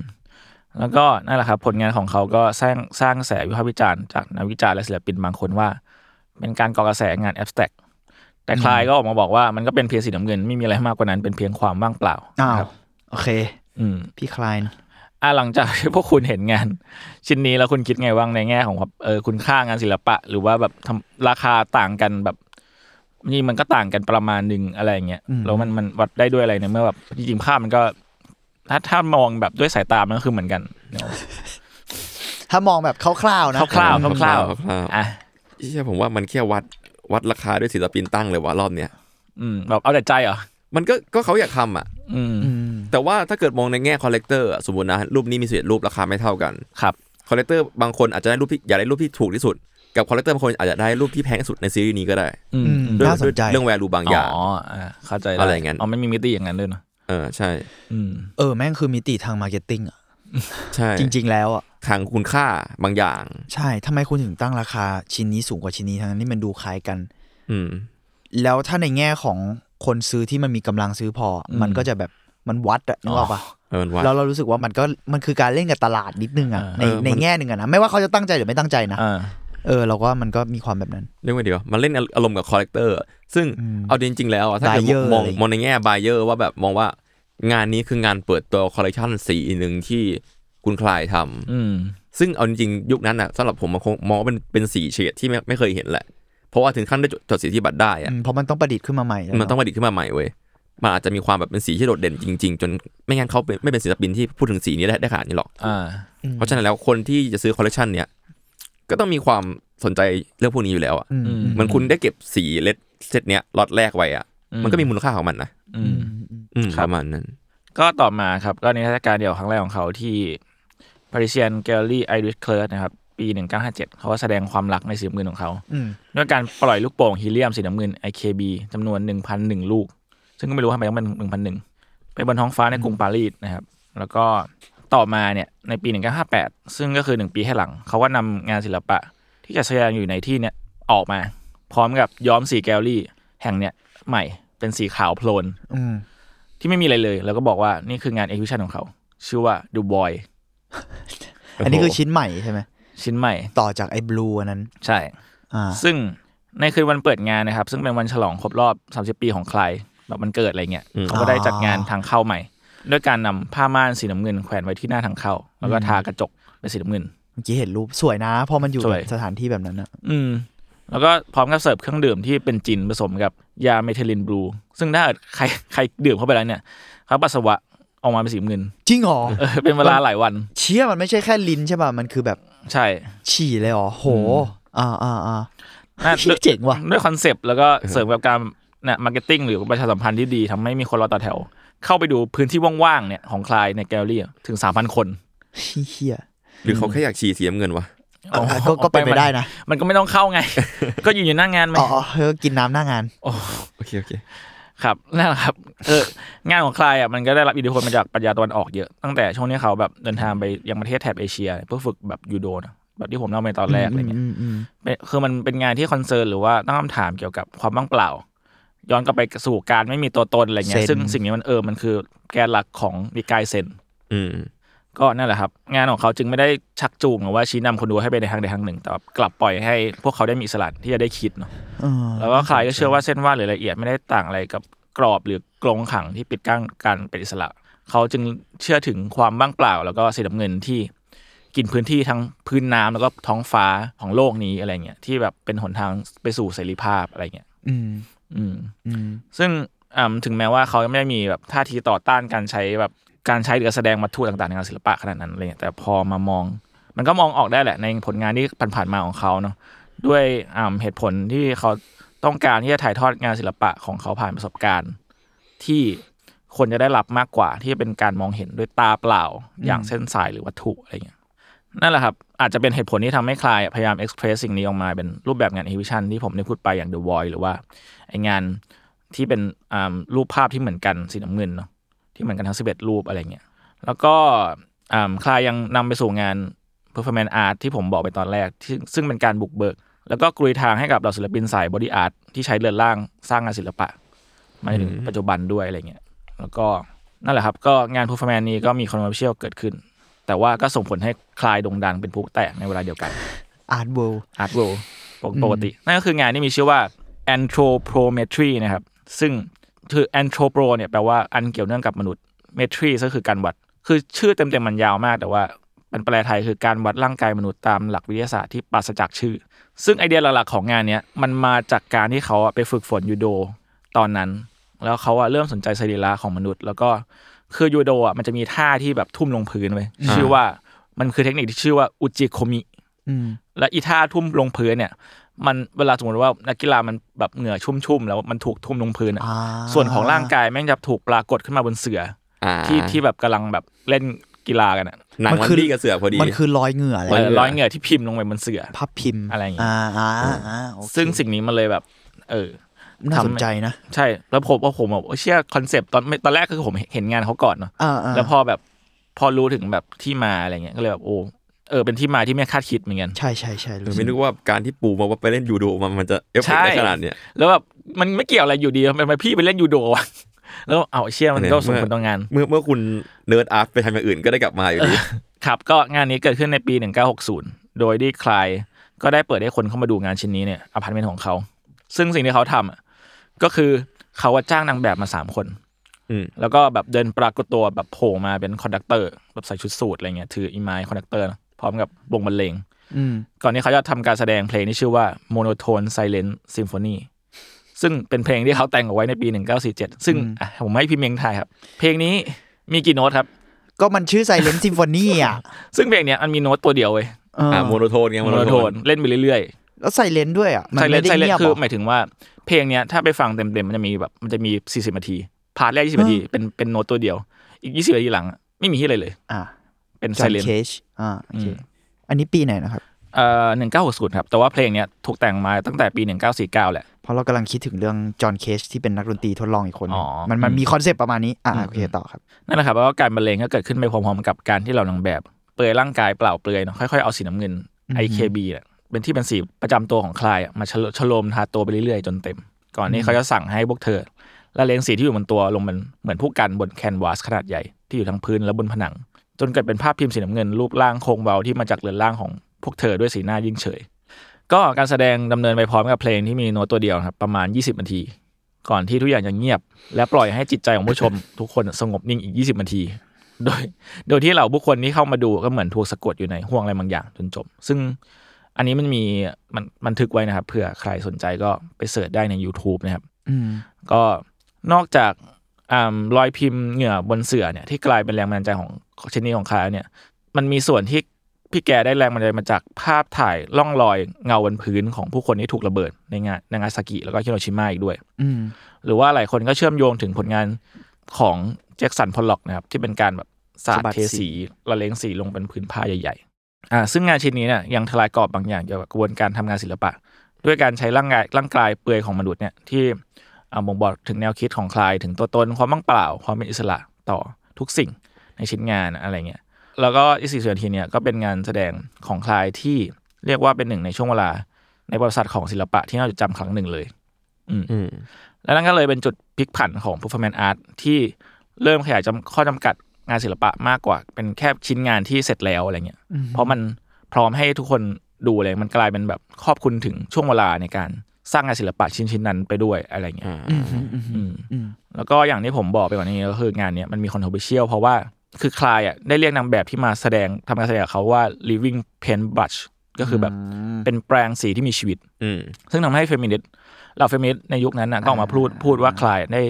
Speaker 2: แล้วก็นั่นแหละครับผลงานของเขาก็สร้างสร้างกระแสวิพากษ์วิจารณ์จากนักวิจารณ์และศิลปินบางคนว่า เป็นการก่อกระแสงานแอบสแต็กแต่คลายก็ออกมาบอกว่ามันก็เป็นเพียงสีน้ำเงินไม่มีอะไรมากกว่านั้นเป็นเพียงความว่างเปล่า
Speaker 4: อ้าว
Speaker 2: ครับ
Speaker 4: โอเค
Speaker 2: อืม
Speaker 4: พี่คลาย
Speaker 2: อ่ะหลังจาก ที่พวกคุณเห็นงาน ชิ้นนี้แล้วคุณคิดไงบ้างในแง่ของแบบเออคุณค่างานศิลปะ หรือว่าแบบทำราคาต่างกันแบบนี่มันก็ต่างกันประมาณหนึ่งอะไรอย่างเงี้ย
Speaker 4: อืม
Speaker 2: แล้วมันมันวัดได้ด้วยอะไรเนี่ยเมื่อแบบจริงๆภาพมันก็ ถ้าถ้ามองแบบด้วยสายตามันก็คือเหมือนกันเนอะ
Speaker 4: ถ้ามองแบบคร่าวๆนะ
Speaker 2: คร่าวๆคร่าว
Speaker 3: คร่าว
Speaker 2: ๆอ่ะ
Speaker 3: ๆใช่ผมว่ามันแค่วัดวัดราคาด้วยศิลปินตั้งเลยว่ารอบเนี้ย
Speaker 2: อืมแบบเอาแต่ใจเหรอ
Speaker 3: มันก็ก็เขาอยากทำอ่ะ
Speaker 2: อืม
Speaker 4: อืม
Speaker 3: แต่ว่าถ้าเกิดมองในแง่คอลเลกเตอร์สมมตินะรูปนี้มีสิบเอ็ดรูปราคาไม่เท่ากัน
Speaker 2: ครับ
Speaker 3: คอลเลกเตอร์บางคนอาจจะได้รูปที่อยากได้รูปที่ถูกที่สุด กับคอลเลกเตอร์บางคนอาจจะได้รูปที่แพงที่สุดในซีรีส์นี้ก็ได้
Speaker 2: อืม
Speaker 4: อืม
Speaker 3: ด้วย
Speaker 4: น่าสนใจ
Speaker 3: ด้วยเรื่องแวลูบาง
Speaker 2: อ๋อ
Speaker 3: อ
Speaker 2: ย่าง อ่ะเข้าใจด้
Speaker 3: อะไรอย่างงั้น
Speaker 2: อ๋อมันมีมิติอย่างนั้นด้วยเนาะ
Speaker 3: เออใช่
Speaker 2: อืม
Speaker 4: เออ แม่งคือมิติทางมาร์เก็ตติ้งอ่ะ
Speaker 3: ใช่
Speaker 4: จริง ๆ แล้วอ่ะ
Speaker 3: ทางคุณค่าบางอย่าง
Speaker 4: ใช่ ทำไมคุณถึงตั้งราคาชิ้นนี้สูงกว่าชิ้นนี้ทั้งนั้นที่มันดูคล้ายกัน
Speaker 3: อืม
Speaker 4: แล้วถ้าในแง่ของคนซื้อที่มันมีกำลังซื้อพออ
Speaker 2: ม
Speaker 4: มันก็จะแบบมันวัดอะนึกออกปะ
Speaker 3: เออมันวัด
Speaker 4: แล้วเรารู้สึกว่ามันก็มันคือการเล่นกับตลาดนิดนึงอะใน
Speaker 3: เออ
Speaker 4: ใน
Speaker 3: มัน
Speaker 4: แง่หนึ่งอะนะไม่ว่าเขาจะตั้งใจหรือไม่ตั้งใจนะ
Speaker 2: อ่า
Speaker 4: เออเราก็มันก็มีความแบบนั้น
Speaker 3: เรียกว่าเดียวามันเล่นอารมณ์กับคอลเลกเตอร์ซึ่งเอาจริง ๆ แล้วอะถ้าเกิด
Speaker 4: Buyer
Speaker 3: มองม
Speaker 4: อะไรอย่างงี้
Speaker 3: องในแง่บ u เ e อร์ว่าแบบมองว่างานนี้คืองานเปิดตัวคอลเลกชันสีหนึ่งที่คุณคลายทำ
Speaker 2: อืม
Speaker 3: ซึ่งเอาจริงๆ ยุคนั้นอะสำหรับผมมันคงมองว่าเป็นเป็นสีเฉดที่ไม่ไม่เคยเห็นแหละ เพราะว่าถึงขั้นได้จดจดสีที่บัตรได้อะ
Speaker 4: อืมเพราะมันต้องประดิษฐ์ขึ้นมาใหม่แล้ว
Speaker 3: มันต้องประดิษฐ์ขึ้นมาใหม่เว้ยมันอาจจะมีความแบบเป็นสีที่โดดเด่นจริง ๆ จนไม่งั้นเขาเป็นไม่เป็นศิลปินที่พูดถึงสีนี้ได้ได้ขนาดนี้หรอก
Speaker 2: อ่า
Speaker 3: เพราะฉะนั้นแล้วคนที่จะซื้อคอลเลกชันเนี่ยก็ต้องมีความสนใจเรื่องพวกนี้อยู่แล้วอะ
Speaker 4: อืม
Speaker 2: อืม
Speaker 3: เหมือนคุณได้เก็บสีเลดเซตเนี้ยล็อตแรกไว้อะ
Speaker 2: อืม
Speaker 3: มันก็มีมูลค่าของมันนะ
Speaker 2: อื
Speaker 4: อื
Speaker 2: ม
Speaker 4: มอืม
Speaker 3: อืม
Speaker 2: ครั
Speaker 3: ป
Speaker 2: บ
Speaker 3: ระมาณนั้น
Speaker 2: ก็ต่อมาครับ ก็นิทรรศการเดี่ยวครั้งแรกของเขาที่ Parisian Gallery Irish c l e r k นะครับ ปี 1957 เขาก็แสดงความรักในสีน้ำเงินของเขา
Speaker 4: อืม
Speaker 2: ด้วยการปล่อยลูกโป่งฮีเลียมสีน้ำเงิน IKB จำนวน 1,001 ลูก ซึ่งก็ไม่รู้ทำไมต้องเป็น1,001 ไปบนท้องฟ้าในกรุงปารีสนะครับ แล้วก็ต่อมาเนี่ยในปี 1958 ซึ่งก็คือ 1 ปีให้หลัง เขาก็นำงานศิลปะ ที่จะแสดงอยู่ในที่เนี่ยออกมา พร้อมกับย้อมสีแกลลี่ แห่งเนี่ยใหม่เป็นสีขาวโพลน
Speaker 4: อืม
Speaker 2: ที่ไม่มีอะไรเลย แล้วก็บอกว่านี่คืองานเอ็กซิชันของเขา ชื่อว่า The Boy
Speaker 4: อันนี้คือชิ้นใหม่ใช่ไหม
Speaker 2: ชิ้นใหม่
Speaker 4: ต่อจากไอ้บลูอันนั้น
Speaker 2: ใช่
Speaker 4: อ่า
Speaker 2: ซึ่งในคืนวันเปิดงานนะครับ ซึ่งเป็นวันฉลองครบรอบ 30 ปีของใครแบบมันเกิดอะไรเงี้ย
Speaker 3: อืม
Speaker 2: เขาก็ได้จัดงานทางเข้าใหม่ ด้วยการนำผ้าม่านสีน้ำเงินแขวนไว้ที่หน้าทางเข้า แล้วก็ทากระจกเป็นสีน้ำเงิน
Speaker 4: เมื่อกี้เห็นรูปสวยนะเพอมันอยู่
Speaker 2: ส
Speaker 4: แบ
Speaker 2: วย
Speaker 4: บสถานที่แบบนั้นอะ
Speaker 2: อืม แล้วก็พร้อมกับเสิร์ฟเครื่องดื่มที่เป็นจินผสมกับยาเมทิลินบลูซึ่งถ้าเกิดใคร ใครดื่มเข้าไปแล้วเนี่ยเขาปัสสาวะออกมาเป็นสีน้ำเงิน
Speaker 4: จริงเหรอ
Speaker 2: เออเป็นเวลาหลายวัน
Speaker 4: เชี่ยมันไม่ใช่แค่ลิ้นใช่ป่ะมันคือแบบ
Speaker 2: ใช่
Speaker 4: ฉี่เลยเหรอโห อ่าอ่าอ่า
Speaker 2: น่า
Speaker 4: เฮ้ยเจ๋งว่ะ
Speaker 2: ด้วยคอนเซปต์แล้วก็เสริมกับการเนี่ยมาร์เก็ตติ้งหรือประชาสัมพันธ์ที่ดีทำให้มีคนรอต่อแถว เข้าไปดูพื้นที่ว่างๆเนี่ยของคลายในแกลเลอรี่อะถึง 3,000 คน
Speaker 4: เฮีย
Speaker 3: หรือเขาแค่อยากฉี่สีน้ำเงินวะ
Speaker 4: อ๋อก็ก็เป็นไปได้นะ
Speaker 2: มันก็ไม่ต้องเข้า ไง ก็อยู่อยู่หน้างานไหม
Speaker 4: อ๋อเออกินน้ำหน้างาน
Speaker 2: โอ้
Speaker 3: โอเค โอเค
Speaker 2: ครับนั่นแหละครับ เอองานของใครอ่ะมันก็ได้รับอิทธิพลมาจากปรัญญาตะวันออกเยอะ ตั้งแต่ช่วงนี้เขาแบบเดินทางไปยังประเทศแถบเอเชีย เพื่อฝึกแบบยูโดนะแบบที่ผมเล่าไปตอนแรกอะไรเงี้ยเป็นคือมันเป็นงานที่คอนเซิร์นหรือว่าตั้งคำถามเกี่ยวกับความว่างเปล่า ย้อนกลับไปสู่การไม่มีตัวตนอะไรเงี้ย
Speaker 4: เซน
Speaker 2: ซึ่งสิ่งนี้มันเออมันคือแกนหลักของนิกายเซน
Speaker 3: อืม
Speaker 2: ก็นั่นแหละครับ งานของเขาจึงไม่ได้ชักจูงหรือว่าชี้นำคนดูให้ไปในทางใดทางหนึ่ง แต่ว่ากลับปล่อยให้พวกเขาได้มีอิสระที่จะได้คิดเนาะแล้วก็ใครก็เชื่อว่าเส้นวาดหรือรายละเอียดไม่ได้ต่างอะไรกับกรอบหรือกรงขังที่ปิดกั้นการเป็นอิสระ เขาจึงเชื่อถึงความว่างเปล่า แล้วก็สีน้ำเงินที่กินพื้นที่ทั้งพื้นน้ำแล้วก็ท้องฟ้าของโลกนี้อะไรเงี้ยที่แบบเป็นหนทางไปสู่เสรีภาพอะไรเงี้ย
Speaker 4: อืม
Speaker 2: อืม
Speaker 4: อืม
Speaker 2: ซึ่งอ่าถึงแม้ว่าเขาไม่ได้มีแบบท่าทีต่อต้านการใช้แบบการใช้หรือการแสดงวัตถุต่างๆในงานศิลปะขนาดนั้นอะไรเลยแต่พอมามอง มันก็มองออกได้แหละในผลงานที่ผ่านๆมาของเขาเนาะด้วยอ่าเหตุผลที่เขาต้องการที่จะถ่ายทอดงานศิลปะของเขาผ่านประสบการณ์ ที่คนจะได้รับมากกว่าที่จะเป็นการมองเห็นด้วยตาเปล่า อย่างเส้นสายหรือวัตถุอะไรเงี้ยนั่นแหละครับ อาจจะเป็นเหตุผลที่ทำให้คลายพยายามเอ็กซ์เพรสสิ่งนี้ออกมาเป็นรูปแบบงาน exhibition ที่ผมได้พูดไปอย่าง The Void หรือว่าไองาน ที่เป็นอ่ารูปภาพที่เหมือนกันสีน้ำเงินเนาะที่เหมือนกันทั้ง 11 รูปอะไรเงี้ยแล้วก็อ่าคลายยังนำไปสู่งาน performance art ที่ผมบอกไปตอนแรกที่ซึ่งเป็นการบุกเบิก แล้วก็กลุยทางให้กับเหล่าศิลปินสาย body art ที่ใช้เรือนร่างสร้างงานศิลปะ มาจนถึงปัจจุบันด้วยอะไรเงี้ยแล้วก็นั่นแหละครับก็งาน performance นี้ก็มี controversial เกิดขึ้น แต่ว่าก็ส่งผลให้คลายโด่งดังเป็นผู้แตกในเวลาเดียวกัน
Speaker 4: อาร์ตเวิลด์
Speaker 2: อาร์ตเวลปกติ นั่นก็คืองานที่มีชื่อว่า anthropometry นะครับ ซึ่งคือ anthropo เนี่ยแปลว่าอันเกี่ยวเนื่องกับมนุษย์ metry ก็คือการวัด คือชื่อเต็มๆมันยาวมาก แต่ว่ามันแปลไทยคือการวัดร่างกายมนุษย์ตามหลักวิทยาศาสตร์ที่ปราศจากชื่อ ซึ่งไอเดียหลักๆของงานเนี้ยมันมาจากการที่เขาอะไปฝึกฝนยูโดตอนนั้น แล้วเขาอะเริ่มสนใจสรีระของมนุษย์ แล้วก็คือยูโดอะมันจะมีท่าที่แบบทุ่มลงพื้นไว้ยชื่อว่ามันคือเทคนิคที่ชื่อว่าอุจิโคมิ และอีท่าทุ่มลงพื้นเนี่ย มันเวลาสมมติว่านักกีฬามันแบบเหงื่อชุ่มๆแล้วมันถูกทุ่มลงพื้นอะ
Speaker 4: อ่า
Speaker 2: ส่วนของร่างกายแม่งจะถูกปรากฏขึ้นมาบนเสือ
Speaker 3: อ่า
Speaker 2: อที่ที่แบบกำลังแบบเล่นกีฬากันอะ
Speaker 3: หนัง
Speaker 4: มัน
Speaker 3: มัน
Speaker 4: คือ
Speaker 3: ดีกับเสือพอดี
Speaker 4: มันคือรอยเหงื่ออะไร
Speaker 2: เออ
Speaker 3: ร
Speaker 2: ร้
Speaker 3: อ
Speaker 2: อย ย
Speaker 3: เห
Speaker 2: เห
Speaker 3: งื่อ
Speaker 2: งื่อที่พิมพ์ลงไปบนเสือ
Speaker 4: พับพิมพ์
Speaker 2: อะไรอย่างเงี้ย
Speaker 4: อ่าอ่าอ่าโอเค
Speaker 2: ซึ่งสิ่งนี้มันเลยแบบ เออ
Speaker 4: น่าสน
Speaker 2: ทำ
Speaker 4: ใจนะ
Speaker 2: ใช่ แล้วผมว่าผมแบบโอ้เชี่ยคอนเซปต์ตอนไม่ตอนแรกคือผมเห็นงานเขาก่อนเนาะ
Speaker 4: อ่าอ่า
Speaker 2: แล้วพอแบบพอรู้ถึงแบบที่มาอะไรเงี้ยก็เลยแบบโอ้เออเป็นที่มาที่ไม่คาดคิดเหมือนกัน
Speaker 4: ใช่ใช่ใช่รู้สึ
Speaker 3: ไม่
Speaker 4: ก
Speaker 3: นึกว่าการที่ปูมาว่าไปเล่นยูโดมันมันจะเอฟเฟก
Speaker 2: ใช่
Speaker 3: ต์ได้ขนาดเนี้ย
Speaker 2: แล้วแบบมันไม่เกี่ยวอะไรอยู่ดีมันไปพี่ไปเล่นยูโดวะ แล้วเอาเชี่ยมันก็ส่งผลต่องาน
Speaker 3: เมื่อเมื่อคุณเนิร์ดอาร์ตไปทำอย่างอื่นก็ได้กลับมาอยู่ดี
Speaker 2: ครับก็งานนี้เกิดขึ้นในปี 1960 โดยที่คลายก็ได้เปิดให้คนเข้ามาดูงานชิ้นนี้เนี่ยอพาร์ตเมนต์ของเขา ซึ่งสิ่งที่เขาทำอะก็คือเขาว่าจ้างนางแบบมา 3 คน
Speaker 3: อืม
Speaker 2: แล้วก็แบบเดินปรากฏตัวแบบโผล่มาเป็นคอนดักเตอร์แบบใส่ชุดสูทอะไรเงี้ยถืออีไม้คอนดักเตอร์นะพร้อมกับวงบรรเลง
Speaker 4: อืม
Speaker 2: ก่อนนี้เขาจะทำการแสดงเพลงที่ชื่อว่า Monotone Silent Symphony ซึ่งเป็นเพลงที่เขาแต่งเอาไว้ในปี 1947 ซึ่งอ่ะผมให้พี่เมงทายครับ เพลงนี้มีกี่โน้ตครับ
Speaker 4: ก็มันชื่อไซเลนซิมโฟนีอ่ะ
Speaker 2: ซึ่งเพลงเนี้ยมันมีโน้ตตัวเดียวเว้ย
Speaker 4: เออ
Speaker 3: อ่าโมโนโทนไงโม
Speaker 2: โม
Speaker 3: โน
Speaker 2: โน
Speaker 3: โท
Speaker 2: โท
Speaker 3: น
Speaker 2: นเล่นไปเรื่อย
Speaker 4: แล้วไซเลนด้วยอ่ะ
Speaker 2: ๆ
Speaker 4: มัน
Speaker 2: ไซเล
Speaker 4: ไม่
Speaker 2: น
Speaker 4: ได้
Speaker 2: ไซเลน
Speaker 4: เงียบ
Speaker 2: คือ
Speaker 4: เห
Speaker 2: ห
Speaker 4: รอ
Speaker 2: มายถึงว่าเพลงเนี้ยถ้าไปฟังเต็มๆ มันจะมีแบบมันจะมี 40 นาที พาร์ทแรก 20 นาที เป็นเป็นโน้ตตัวเดียว อีก 20 นาทีหลัง ไม่มีที่อะไรเลย
Speaker 4: อ่า
Speaker 2: เป็น
Speaker 4: จ
Speaker 2: ไซ
Speaker 4: อห์น
Speaker 2: เลน
Speaker 4: เคชอ่าโอเค
Speaker 2: อืม
Speaker 4: อันนี้ปีไหนนะครับ
Speaker 2: เอ่อ1960 ครับ แต่ว่าเพลงเนี้ยถูกแต่งมาตั้งแต่ปี 1949 แหละ
Speaker 4: เพราะเรากำลังคิดถึงเรื่องจอห์นเคชที่เป็นนักดนตรีทดลองอีกคนหนึ่ง
Speaker 2: อ๋อ
Speaker 4: มันมัน
Speaker 2: อืม
Speaker 4: มีคอนเซปต์ประมาณนี้ อ่าโอเคต่อครับ
Speaker 2: นั่นแหละครับแล้วก็การบรรเลงก็เกิดขึ้นไปพร้อมๆกับการที่เรานางแบบเปลือยร่างกายเปล่าเปลือยเนาะค่อยๆเอาสีน้ำเงิน IKB เนี่ยเป็นที่เป็นสีประจำตัวของคลายอะมาชะโลชะโลมทาตัวไปเรื่อยๆ จนเต็ม ก่อนนี้เขาจะสั่งให้พวกเธอละเลงสีที่อยู่บนตัวลงมันเหมือนผู้กันบนแคนวาสขนาดใหญ่ที่อยู่ทั้งพื้นและบนผนัง จนเกิดเป็นภาพพิมพ์สีน้ำเงิน รูปร่างโครงเบาที่มาจากเรือนร่างของพวกเธอด้วยสีหน้ายิ่งเฉย ก็การแสดงดำเนินไปพร้อมกับเพลงที่มีโน้ตตัวเดียวนะครับประมาณ 20 นาที ก่อนที่ทุกอย่างจะเงียบ และปล่อยให้จิตใจของผู้ชม ทุกคนสงบนิ่งอีก 20 นาที โดย โดยที่เหล่าผู้คนที่เข้ามาดูก็เหมือนถูกสะกดอยู่ในห่วงอะไรบางอย่างจนจบ ซึ่งอันนี้มันมีมันบันทึกไว้นะครับเผื่อใครสนใจก็ไปเสิร์ชได้ใน YouTube นะครับ
Speaker 4: อืม
Speaker 2: ก็นอกจากอ่ารอยพิมพ์เหงื่อบนเสื่อเนี่ยที่กลายเป็นแรงบันดาลใจของชิ้นนี้ของคลายแล้วเนี่ยมันมีส่วนที่พี่แกได้แรงบันดาลใจมาจากภาพถ่ายล่องรอยเงาบนพื้นของผู้คนที่ถูกระเบิดในงานนางาซากิแล้วก็ฮิโรชิมาอีกด้วย
Speaker 4: อืม
Speaker 2: หรือว่าหลายคนก็เชื่อมโยงถึงผลงานของแจ็คสันพอลล็อกนะครับที่เป็นการแบบสาด
Speaker 4: สะบัด
Speaker 2: เท
Speaker 4: สี
Speaker 2: สีละเลงสีลงเป็นพื้นผ้าใหญ่ อ่าซึ่งงานชิ้นนี้เนี่ยยังทลายกรอบบางอย่างเกี่ยวกับกระบวนการทำงานศิลปะ ด้วยการใช้ร่างกายร่างกายเปลือยของมนุษย์เนี่ยที่อ่าบ่งบอกถึงแนวคิดของคลายถึงตัวตนความว่างเปล่า ความเป็นอิสระต่อทุกสิ่งในชิ้นงานอะไรเงี้ยแล้วก็อีสี่ส่วนทีเนี่ยก็เป็นงานแสดงของคลายที่เรียกว่าเป็นหนึ่งในช่วงเวลาในประวัติศาสตร์ของศิลปะที่น่าจดจำครั้งหนึ่งเลย
Speaker 3: อืม
Speaker 2: และนั่นก็เลยเป็นจุดพลิกผันของ performance art ที่เริ่มขยายจำข้อจำกัดงานศิลปะมากกว่า เป็นแค่ชิ้นงานที่เสร็จแล้วอะไรเงี้ย เพราะมันพร้อมให้ทุกคนดูเลยมันกลายเป็นแบบครอบคลุมถึงช่วงเวลาในการสร้างงานศิลปะชิ้นชิ้นๆนั้นไปด้วยอะไรเงี้ย
Speaker 4: อืมอืมอืม
Speaker 2: อืมแล้วก็อย่างที่ผมบอกไปก่อนหนานี้ก็คืองานเนี้ยมันมีคอนโทรเวอร์เชียลเพราะว่าคือคลายอ่ะได้เรียกนางแบบที่มาแสดงทำการแสดงกับเขาว่า living paint brush ก็คือแบบเป็นแปรงสีที่มีชีวิต
Speaker 3: อืม
Speaker 2: ซึ่งทำให้เฟมินิสต์เราเฟมินิสต์ในยุคนั้นนะก็ออกมาพูดพูดว่าคลายได้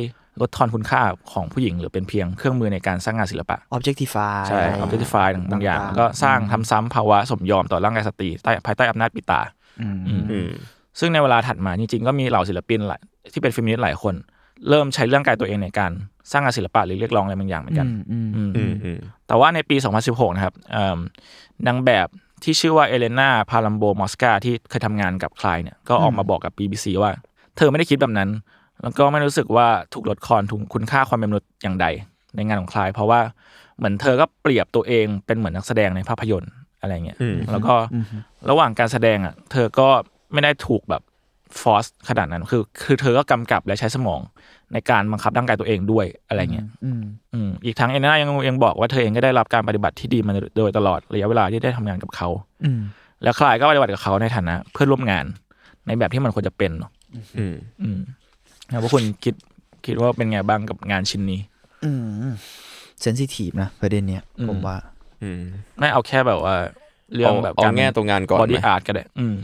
Speaker 2: ลดทอนคุณค่าของผู้หญิง หรือเป็นเพียงเครื่องมือในการสร้างงานศิลปะ
Speaker 4: objectify
Speaker 2: ใช่ออบเจกติฟายบางอย่าง
Speaker 4: ต่างๆ
Speaker 2: แล้วก็สร้างทำซ้ำภาวะสมยอมต่อร่างกายสตรีใต้ภายใต้อำนาจปิดตา
Speaker 4: อืม
Speaker 3: อืม
Speaker 2: ซึ่งในเวลาถัดมาจริงๆ ก็มีเหล่าศิลปินหลายที่เป็นฟิมินิสต์หลายคน เริ่มใช้เรื่องกายตัวเองในการสร้างงานศิลปะหรือเรียกร้องอะไรบางอย่างเหมือนกันอืม
Speaker 3: อืมอืม
Speaker 2: แต่ว่าในปี 2016 นะครับเอิ่มนางแบบที่ชื่อว่าเอเลนาพาลัมโบมอสกาที่เคยทำงานกับคลายเนี่ยก็ออกมาบอกกับ BBC ว่า เธอไม่ได้คิดแบบนั้น แล้วก็ไม่รู้สึกว่าถูกลดคอนถูกคุณค่าความเป็นมนุษย์อย่างใดในงานของคลาย เพราะว่าเหมือนเธอก็เปรียบตัวเองเป็นเหมือนนักแสดงในภาพยนตร์อะไรเงี้ยแล้วก็ระหว่างการแสดงอ่ะเธอก็ไม่ได้ถูกแบบฟอสขนาดนั้นคือ คือเธอก็กำกับและใช้สมองในการบังคับร่างกายตัวเองด้วยอะไรเงี้ยอืมอีกทั้งเอน่ายังยังบอกว่าเธอเองก็ได้รับการปฏิบัติที่ดีมาโดยตลอดระยะเวลาที่ได้ทำงานกับเขา
Speaker 4: อืม
Speaker 2: แล้วคลายก็ปฏิบัติกับเขาในฐานะเพื่อนร่วมงานในแบบที่มันควรจะเป็นเนอะ
Speaker 3: อืม
Speaker 2: อืมแล้วพวกคุณคิดคิดว่าเป็นไงบ้างกับงานชิ้นนี้
Speaker 4: อืมเซนซิทีฟนะประเด็นเนี้ย
Speaker 2: อืม
Speaker 4: ผมว่า
Speaker 3: อืม
Speaker 2: ไม่เอาแค่แบบว่า เรื่องแบบ
Speaker 3: เอาเอาแง่ตรงงานก่อนไหม
Speaker 2: บอดี้อาร์ตก็ได้อืม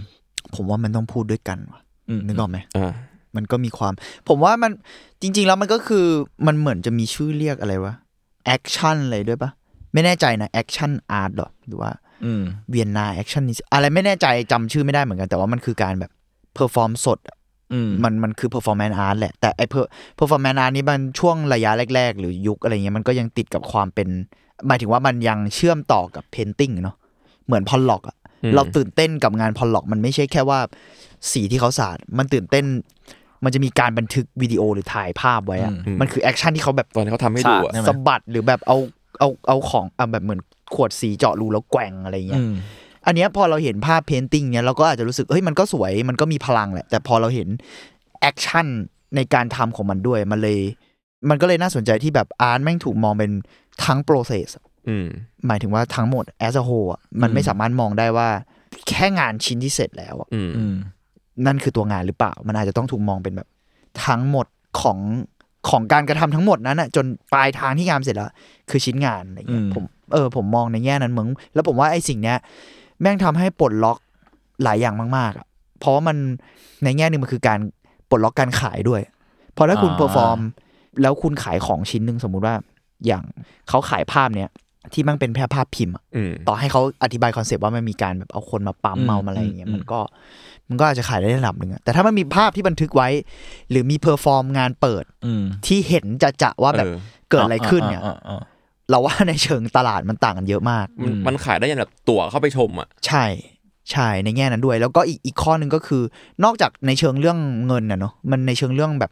Speaker 4: ผมว่ามันต้องพูดด้วยกันว่ะ
Speaker 2: อืม
Speaker 4: นึกออกไหม
Speaker 3: อ่า
Speaker 4: มันก็มีความ ผมว่ามันจริง ๆ แล้วมันก็คือมันเหมือนจะมีชื่อเรียกอะไรวะแอคชั่นอะไรด้วยปะไม่แน่ใจนะแอคชั่นอาร์ตหรอหรือว่า
Speaker 2: อืม
Speaker 4: เวียนนาแอคชั่นอะไรไม่แน่ใจจำชื่อไม่ได้เหมือนกัน แต่ว่ามันคือการแบบเพอร์ฟอร์มสดอะ
Speaker 2: อืม
Speaker 4: มันมันคือ performance art แหละ แต่ไอ้ per- performance art นี้มันช่วงระยะแรก ๆ หรือยุคอะไรเงี้ยมันก็ยังติดกับความเป็น หมายถึงว่ามันยังเชื่อมต่อกับ painting เนาะเหมือนพอลล็อกอะ
Speaker 3: อืม
Speaker 4: เราตื่นเต้นกับงานพอลล็อก มันไม่ใช่แค่ว่าสีที่เขาสาด มันตื่นเต้น มันจะมีการบันทึกวิดีโอหรือถ่ายภาพไว้อะมันคือแอคชั่นที่เขาแบบ
Speaker 3: ตอนนี้เขาทำให้ดูอ่ะ
Speaker 2: ใช่ไหม
Speaker 4: สะบัดหรือแบบเอาเอาเอาของอ่ะแบบเหมือนขวดสีเจาะรูแล้วแกว่งอะไรเงี้ย
Speaker 2: อืม
Speaker 4: อันเนี้ยพอเราเห็นภาพเพนติ n งเนี้ยเราก็อาจจะรู้สึกเฮ้ยมันก็สวยมันก็มีพลังแหละ แต่พอเราเห็นแอคชั่นในการทำของมันด้วย มันเลย มันก็เลยน่าสนใจที่แบบอาร์ตแม่งถูกมองเป็นทั้งโปรเซส
Speaker 3: อืม
Speaker 4: หมายถึงว่าทั้งหมด as a whole อะมันไม่สามารถมองได้ว่า แค่งานชิ้นที่เสร็จแล้วอะ
Speaker 3: อืม
Speaker 2: อืม
Speaker 4: นั่นคือตัวงานหรือเปล่า มันอาจจะต้องถูกมองเป็นแบบ ทั้งหมดของของการกระทำทั้งหมดนั้นอะจนปลายทางที่งานเสร็จแล้ว คือชิ้นงานอะไรเงี้ย
Speaker 2: อืม
Speaker 4: ผมเออผมมองในแง่นั้นมึงแล้วผมว่าไอ้สิ่งเนี้ย แม่งทำให้ปลดล็อกหลายอย่างมากๆอะเพราะว่ามันในแง่หนึ่งมันคือการปลดล็อกการขายด้วย เพราะถ้าคุณ
Speaker 2: อ่า
Speaker 4: เ e อร์ฟอร์มแล้วคุณขายของชิ้นหนึ่งสมมุติว่า อย่างเขาขายภาพเนี้ยที่มันเป็นแค่ภาพพิมพ์อะ
Speaker 3: อืม
Speaker 4: ต่อให้เขาอธิบายคอนเซปต์ว่ามันมีการแบบเอาคนมาปั๊มเมาอะไรอย่างเงี้ยมันก็มันก็อาจจะขายได้ระดับหนึ่งอะแต่ถ้ามันมีภาพที่บันทึกไว้ หรือมีเพอร์ฟอร์มงานเปิด
Speaker 2: อืม
Speaker 4: ที่เห็นจะจะๆว่าแบบ
Speaker 3: เออ
Speaker 4: เกิดอะไรขึ้นเนี่ย
Speaker 2: อ่าอ่าอ่า
Speaker 4: เราว่าในเชิงตลาดมันต่างกันเยอะมาก
Speaker 3: มันมันขายได้ยันแบบตั๋วเข้าไปชมอ่ะ
Speaker 4: ใช่ใช่ในแง่นั้นด้วย แล้วก็อีกอีกข้อหนึ่งก็คือ นอกจากในเชิงเรื่องเงินนะเนาะมันในเชิงเรื่องแบบ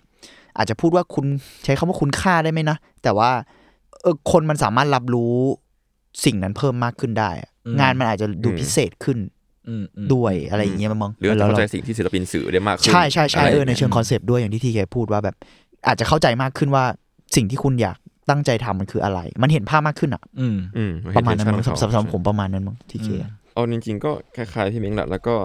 Speaker 4: อาจจะพูดว่าคุณใช้คำว่าคุณค่าได้ไหมนะ แต่ว่าเออคนมันสามารถรับรู้สิ่งนั้นเพิ่มมากขึ้นได้อะ
Speaker 2: อืม
Speaker 4: งานมันอาจจะดู
Speaker 3: อืม
Speaker 4: พิเศษขึ้น
Speaker 2: อืมอืม
Speaker 4: ด้วยอะไรอย่างเงี้ยมั้ง
Speaker 3: หรืออาจจะเข้าใจ
Speaker 4: แล้ว
Speaker 3: สิ่งที่ศิลปินสื่อได้มากขึ้น
Speaker 4: ใช่ใช่ใช่
Speaker 3: ะไร
Speaker 4: เอ
Speaker 3: อ
Speaker 4: อย่างใน
Speaker 3: งี้ย
Speaker 4: เชิงคอนเซปต์ด้วยอย่างที่ทีแกพูดว่าแบบ อาจจะเข้าใจมากขึ้นว่าสิ่งที่คุณอยากตั้งใจทำมันคืออะไร มันเห็นภาพมากขึ้นอะ
Speaker 2: อืม
Speaker 3: อืม
Speaker 4: ประมาณนั้น
Speaker 3: เห็
Speaker 4: มั้ง
Speaker 3: เทค
Speaker 4: สำห
Speaker 3: ชั่
Speaker 4: รั
Speaker 3: นข
Speaker 4: บ
Speaker 3: องเขา
Speaker 4: สำหรับผมประมาณนั้นมั้งทีแก
Speaker 2: อืม
Speaker 3: เอาจริง ๆ ก็คล้ายๆพี่เม้งแหละแล้วก็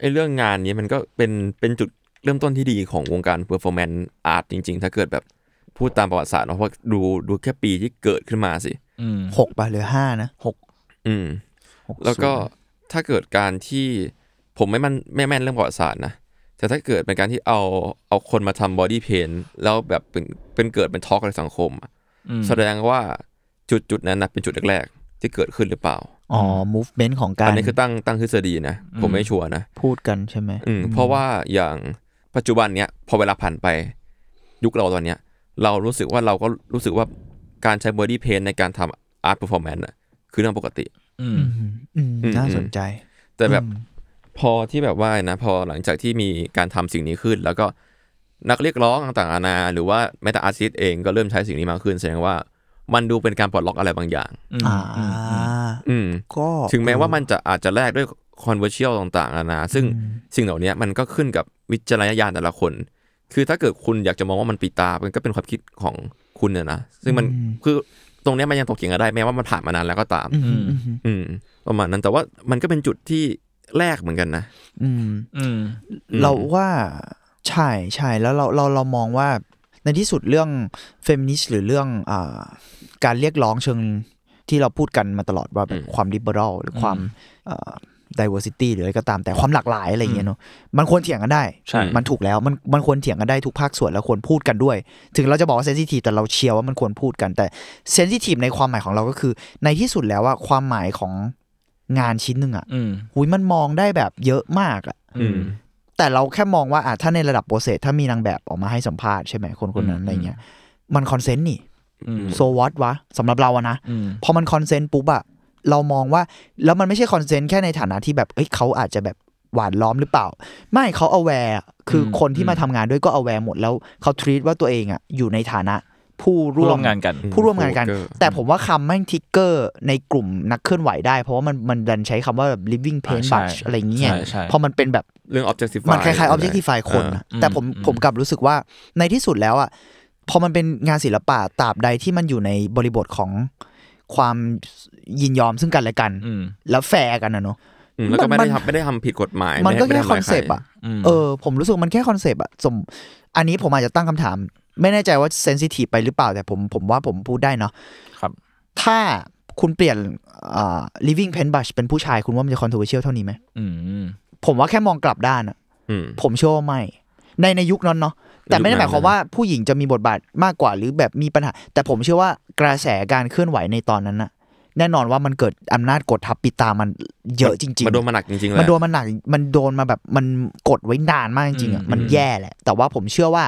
Speaker 3: ไอ้เรื่องงานนี้มันก็เป็นเป็นจุดเริ่มต้นที่ดีของวงการ performance art จริง ๆ ถ้าเกิดแบบพูดตามประวัติศาสตร์เนาะเพราะดูดูแค่ปีที่เกิดขึ้นมาสิ
Speaker 2: อืม
Speaker 4: หกป่ะหรือห้านะหก
Speaker 3: อืม แล้วก็ถ้าเกิดการที่ผมไม่มันไม่แม่นเรื่องประวัติศาสตร์นะแต่ถ้าเกิดเป็นการที่เอาเอาคนมาทำบอดี้เพนแล้วแบบเป็นเป็นเกิดเป็นทอล์กในสังคมอะแสดงว่าจุดจุดนั้นนะเป็นจุดแรกๆที่เกิดขึ้นหรือเปล่า
Speaker 4: อ๋อ movement ของกา
Speaker 3: อั
Speaker 4: ร
Speaker 3: นนี้คือตั้งตั้งทฤษฎีนะ ผมไม่ชัวร์นะ
Speaker 4: พูดกันใช่ไหม
Speaker 3: อืมเพราะว่าอย่างปัจจุบันเนี้ยพอเวลาผ่านไป ยุคเราตอนเนี้ย เรารู้สึกว่าเราก็รู้สึกว่าการใช้บอดี้เพนในการทำอาร์ตเปอร์ฟอร์แมนซ์คือเรื่องปกติ
Speaker 2: อื อืม
Speaker 4: อืมอืม
Speaker 3: อืม
Speaker 4: น่าสนใจ
Speaker 3: แต่แบบ
Speaker 4: อืม
Speaker 3: พอที่แบบว่านะพอหลังจากที่มีการทำสิ่งนี้ขึ้น แล้วก็นักเรียกร้องต่างๆนานาหรือว่าแม้แต่อาร์ติสต์เองก็เริ่มใช้สิ่งนี้มากขึ้นแสดงว่ามันดูเป็นการปลดล็อกอะไรบางอย่าง
Speaker 2: อืม
Speaker 4: อ่า
Speaker 2: อืม
Speaker 3: อืม
Speaker 4: ก็
Speaker 3: ถึงแม้ว่ามันจะอาจจะแลกด้วยคอนเวอร์ช l ลต่างๆนานาซึ่งสิ่งเหล่านี้มันก็ขึ้นกับวิจารณญาณแต่ละคน คือถ้าเกิดคุณอยากจะมองว่ามันปีตา มันก็เป็นความคิดของคุณนะนะ ซึ่งมันคือตรงเนี้ยมันยังถกเถียงกันได้แม้ว่ามันผ่านมานานแล้วก็ตาม
Speaker 4: อืมอืมอืม
Speaker 3: อืมประมาณนั้นแต่ว่ามันก็เป็นจุดที่แรกเหมือนกันนะ
Speaker 4: อืม
Speaker 2: อืม
Speaker 3: อืม
Speaker 4: เราว่าใช่ใช่แล้วเราเราเรามองว่าในที่สุดเรื่องเฟมินิสต์หรือเรื่องอ่าการเรียกร้องเชิงที่เราพูดกันมาตลอดว่าแบบความริเบอรัลหรือความดิเวอร์ซิตี้หรืออะไรก็ตามแต่ความหลากหลายอะไรอย่างเงี้ยเนอะมันควรเถียงกันได้
Speaker 2: ใช่
Speaker 4: มันถูกแล้วมันมันควรเถียงกันได้ทุกภาคส่วนแล้วควรพูดกันด้วย ถึงเราจะบอกว่าเซนซิทีฟแต่เราเชียร์ว่ามันควรพูดกันแต่เซนซิทีฟในความหมายของเราก็คือ ในที่สุดแล้วอะความหมายของงานชิ้นหนึ่งอะ
Speaker 2: อืม
Speaker 4: หุยมันมองได้แบบเยอะมากอะ
Speaker 2: อืม
Speaker 4: แต่เราแค่มองว่าอ่ะถ้าในระดับโปรเซสถ้ามีนางแบบออกมาให้สัมภาษณ์ใช่ไหมคนคนนั้น
Speaker 2: อืม
Speaker 4: อะไรเงี้ยมันคอนเซนต์นี่
Speaker 2: อืม
Speaker 4: โซวอตวะสำหรับเราอะนะ
Speaker 2: อืม
Speaker 4: พอมันคอนเซนต์ปุ๊บอะเรามองว่า แล้วมันไม่ใช่คอนเซนต์แค่ในฐานะที่แบบเอ้ยเขาอาจจะแบบหวานล้อมหรือเปล่า ไม่เขา aware อะคืออ
Speaker 2: ม
Speaker 4: คนที่มา
Speaker 2: อืม
Speaker 4: ทำงานด้วยก็ aware หมดแล้วเขา treat ว่าตัวเองอะอยู่ในฐานะผู้ร่ว
Speaker 2: ร่ว
Speaker 4: ม
Speaker 2: มงานกัน
Speaker 4: ผู้ร่วมงานกัน
Speaker 3: Coworker
Speaker 4: แต่ผมว่าคำแม่งทิกเกอร์ในกลุ่มนักเคลื่อนไหวได้ เพราะว่ามันมันดันใช้คำว่าแบบ living pain
Speaker 2: อ่าใช่
Speaker 4: batch อะไรเงี้ย
Speaker 2: ใช่ใช่
Speaker 4: พอมันเป็นแบบ
Speaker 3: เรื่อง objectify
Speaker 4: มันคล้ายๆ objectify คนนะ
Speaker 2: อืม
Speaker 4: แต่ผม
Speaker 2: อืม
Speaker 4: ผมกลับรู้สึกว่าในที่สุดแล้วอ่ะพอมันเป็นงานศิลปะตราบใดที่มันอยู่ในบริบทของความยินยอมซึ่งกันและกัน
Speaker 2: อืม
Speaker 4: แล้วแฟร์กันนะเนาะ
Speaker 3: อืมแล้วก็ไม่ได้
Speaker 4: มัน
Speaker 3: ทำไม่ได้ทำผิดกฎหมาย
Speaker 4: มันก็
Speaker 3: ไม่
Speaker 4: แค่
Speaker 3: ได้
Speaker 4: ค
Speaker 3: ไม่
Speaker 4: อน
Speaker 3: ได้ทำร้าย
Speaker 4: เซปต์อ่ะ
Speaker 3: ใ
Speaker 2: อืม
Speaker 4: เออผมรู้สึกมันแค่คอนเซปต์อ่ะสมอันนี้ผมอาจจะตั้งคำถาม ไม่แน่ใจว่าเซนซิทีฟไปหรือเปล่าแต่ผมผมว่าผมพูดได้เนาะ
Speaker 2: ครับ
Speaker 4: ถ้าคุณเปลี่ยนอ่า living pen brush เป็นผู้ชายคุณว่ามันจะ controversial เท่านี้ไหม
Speaker 2: อืม
Speaker 4: ผมว่าแค่มองกลับด้านอะ
Speaker 3: คอืม
Speaker 4: ผมเชื่อว่าไม่ ในในยุคนั้นเนาะแต่ไม่ได้
Speaker 3: ในยุคนั้น
Speaker 4: หมายความว่าผู้หญิงจะมีบทบาทมากกว่าหรือแบบมีปัญหา แต่ผมเชื่อว่ากระแสการเคลื่อนไหวในตอนนั้นน่ะ แน่นอนว่ามันเกิดอำนาจกดทับปิดตามันเยอะจริงๆ
Speaker 3: มันโดนมาหนักจริงๆแหละ
Speaker 4: มันโดนมาหนักมันโดนมาแบบมันกดไว้นานมากจริงๆอ่ะ
Speaker 2: อืม
Speaker 4: มันแย่แหละ แต่ว่าผมเชื่อว่า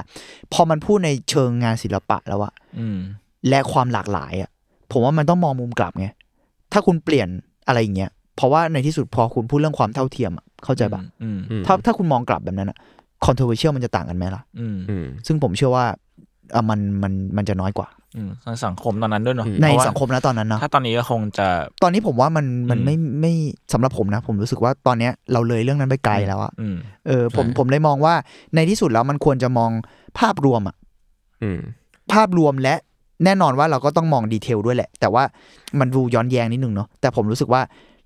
Speaker 4: พอมันพูดในเชิงงานศิลปะแล้วอะ
Speaker 2: อืม
Speaker 4: และความหลากหลายอะผมว่ามันต้องมองมุมกลับไงถ้าคุณเปลี่ยนอะไรอย่างเงี้ยเพราะว่าในที่สุดพอคุณพูดเรื่องความเท่าเทียมอะเข้าใจปะ
Speaker 2: อืม
Speaker 3: อืม
Speaker 4: ถ้าถ้าคุณมองกลับแบบนั้นอะ controversial มันจะต่างกันไหมล่ะ
Speaker 2: อืม
Speaker 3: อืม
Speaker 4: ซึ่งผมเชื่อว่าเอ่อมันมันมันจะน้อยกว่า
Speaker 2: อืมในสังคมตอนนั้นด้วยเนาะ
Speaker 3: อืม
Speaker 4: ใน
Speaker 2: เพราะว่า
Speaker 4: สังคมนะตอนนั้นเนาะ
Speaker 2: ถ้าตอนนี้ก็คงจะ
Speaker 4: ตอนนี้ผมว่ามันมัน
Speaker 2: อืม
Speaker 4: ไม่ไม่สำหรับผมนะ ผมรู้สึกว่าตอนเนี้ยเราเลยเรื่องนั้นไปไกลแล้วอะ
Speaker 2: อืม
Speaker 4: เออผม
Speaker 3: ใช่
Speaker 4: ผมเลยมองว่าในที่สุดแล้วมันควรจะมองภาพรวมอะ
Speaker 3: อืม
Speaker 4: ภาพรวมและแน่นอนว่าเราก็ต้องมองดีเทลด้วยแหละ แต่ว่ามันดูย้อนแย้งนิดนึงเนาะแต่ผมรู้สึกว่า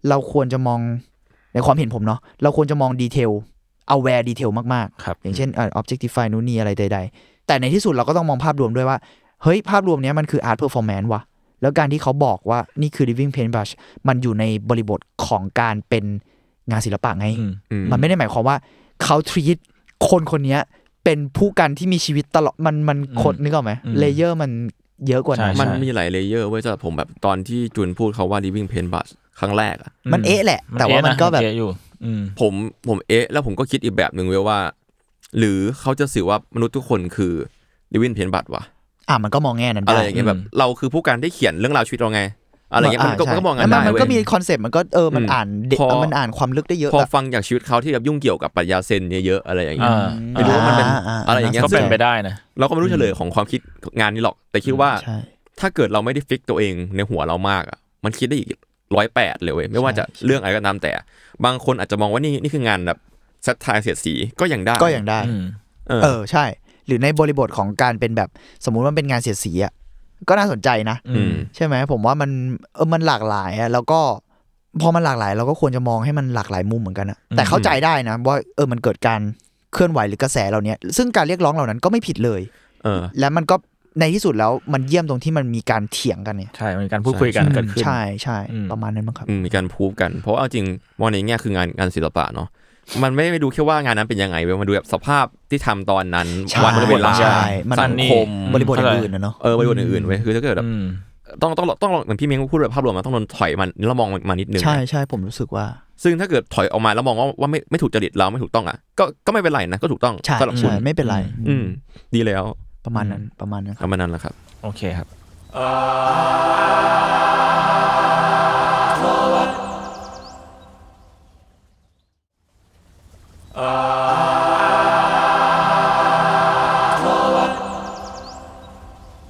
Speaker 4: เราควรจะมองในความเห็นผมเนาะเราควรจะมองดีเทลเอาแวร์ดีเทลมากๆ
Speaker 2: ครับ
Speaker 4: อย่างเช่นเอ่อ objectify นู่นนี่อะไรใด ๆ แต่ในที่สุดเราก็ต้องมองภาพรวมด้วยว่า เฮ้ย ภาพรวมเนี้ยมันคือ art performance วะแล้วการที่เขาบอกว่านี่คือ living paintbrush มันอยู่ในบริบทของการเป็นงานศิลปะไง
Speaker 2: อืม
Speaker 3: อืม
Speaker 4: มันไม่ได้หมายความว่าเขา treat คนคนเนี้ยเป็นผู้กันที่มีชีวิตตลอด มันมัน
Speaker 2: อืม
Speaker 4: คดนึกออกไหม
Speaker 2: อืม
Speaker 4: เลเยอร์มันเยอะกว่านั้น
Speaker 2: ใช่
Speaker 3: มันมีหลายเลเยอร์เว้ยสำหรับผมแบบตอนที่จุนพูดเขาว่า living pain bus ครั้งแรกอะ
Speaker 4: มันเอ๊ะแหละ แต่ว่ามันก็แบบ
Speaker 2: เอ๊ะอยู่ อืม
Speaker 3: ผมผมเอ๊ะ แล้วผมก็คิดอีกแบบหนึ่งเว้ยว่า หรือเขาจะสื่อว่ามนุษย์ทุกคนคือ living pain bus วะ
Speaker 4: อ่ะมันก็มองแง่นั้น
Speaker 3: อะไร
Speaker 4: ได้
Speaker 3: อย่างเงี้ย
Speaker 2: อืม
Speaker 3: แบบเราคือผู้การที่เขียนเรื่องราวชีวิตเราไง อะไรอย่างเงี้ยมันก็มั
Speaker 4: ใช่
Speaker 3: นก็มองกั
Speaker 4: แล้ว
Speaker 3: นได้
Speaker 4: มัน
Speaker 3: เว้
Speaker 4: ก็มี
Speaker 3: ย
Speaker 4: คอนเซปต์มันก็เออมัน
Speaker 3: อืม
Speaker 4: อ่านเด็ก
Speaker 3: พอ
Speaker 4: มันอ่านความลึกได้เยอะ
Speaker 3: พอ
Speaker 4: อะ
Speaker 3: ฟังจากชีวิตเขาที่แบบยุ่งเกี่ยวกับปรัชญาเซนเยอะๆอะไรอย่างเงี้ย
Speaker 2: อ่า
Speaker 3: ไม่รู้ว่ามันเป็นอะไรอย่างเงี้ย
Speaker 2: ก็เป็นไปได้นะ
Speaker 3: เราก็ไม่รู้เฉลยของความคิดงานนี้หรอก แต่คิดว่า
Speaker 4: ใช่
Speaker 3: ถ้าเกิดเราไม่ได้ฟิกตัวเองในหัวเรามากอ่ะ มันคิดได้อีกร้อยแปดเลยเว้ย ไม่ว่าจะเรื่องอะไรก็ตามแต่ บางคนอาจจะมองว่านี่นี่คืองานแบบสัตทายเสียดสีก็ยังได้
Speaker 4: ก็ยังได้
Speaker 2: อืม
Speaker 3: เออ
Speaker 4: เออใช่ หรือในบริบทของการเป็นแบบสมมุติว่าเป็นงานเสียดสีอ่ะก็น่าสนใจนะ
Speaker 3: อืม
Speaker 4: ใช่ไหมผมว่ามันเออมันหลากหลายอ่ะแล้วก็พอมันหลากหลายเราก็ควรจะมองให้มันหลากหลายมุมเหมือนกันนะแต่เข้าใจได้นะว่าเออมันเกิดการเคลื่อนไหวหรือกระแสเหล่าเนี้ยซึ่งการเรียกร้องเหล่านั้นก็ไม่ผิดเลย
Speaker 3: เออ
Speaker 4: และมันก็ในที่สุดแล้วมันเยี่ยมตรงที่มันมีการเถียงกันเนี่ย
Speaker 2: ใช่มันมีการพูดคุยกันเกิดขึ้น
Speaker 4: ใช่ใช่
Speaker 2: อืม
Speaker 4: ประมาณนั้นมั้งครับ
Speaker 3: อืมมีการพูดกัน เพราะว่าเอาจริงมองในแง่คืองานงานศิลปะเนาะ มันไม่ไม่ดูแค่ว่างานนั้นเป็นยังไงเว้ยมันดูแบบสภาพที่ทำตอนนั้น
Speaker 4: ใช่
Speaker 3: วันเวลา
Speaker 4: ใช่มัน
Speaker 3: สังคม
Speaker 4: บริบทอื่นๆนะเนาะ
Speaker 3: เออบริบทอื่นๆเว้ยคือถ้าเกิดแบบ
Speaker 2: อืม
Speaker 3: ต้องต้องต้องเหมือนพี่เม้งพูดแบบภาพรวมมันต้องลองถอยมันแล้วมองมันมานิดนึง
Speaker 4: ใช่ใช่ผมรู้สึกว่า
Speaker 3: ซึ่งถ้าเกิดถอยออกมาแล้วมองว่าว่าไม่ไม่ถูกจริตเราไม่ถูกต้องอ่ะก็ก็ไม่เป็นไรนะก็ถูกต้อง
Speaker 4: ใช่
Speaker 3: สำหรับคุณ
Speaker 4: ใช่ไม่เป็นไร
Speaker 3: อืม ดีแล้ว
Speaker 4: ประมาณนั้นประมาณนั้นครับ
Speaker 3: เอามานั้นแหละครับ
Speaker 2: โอเคครับ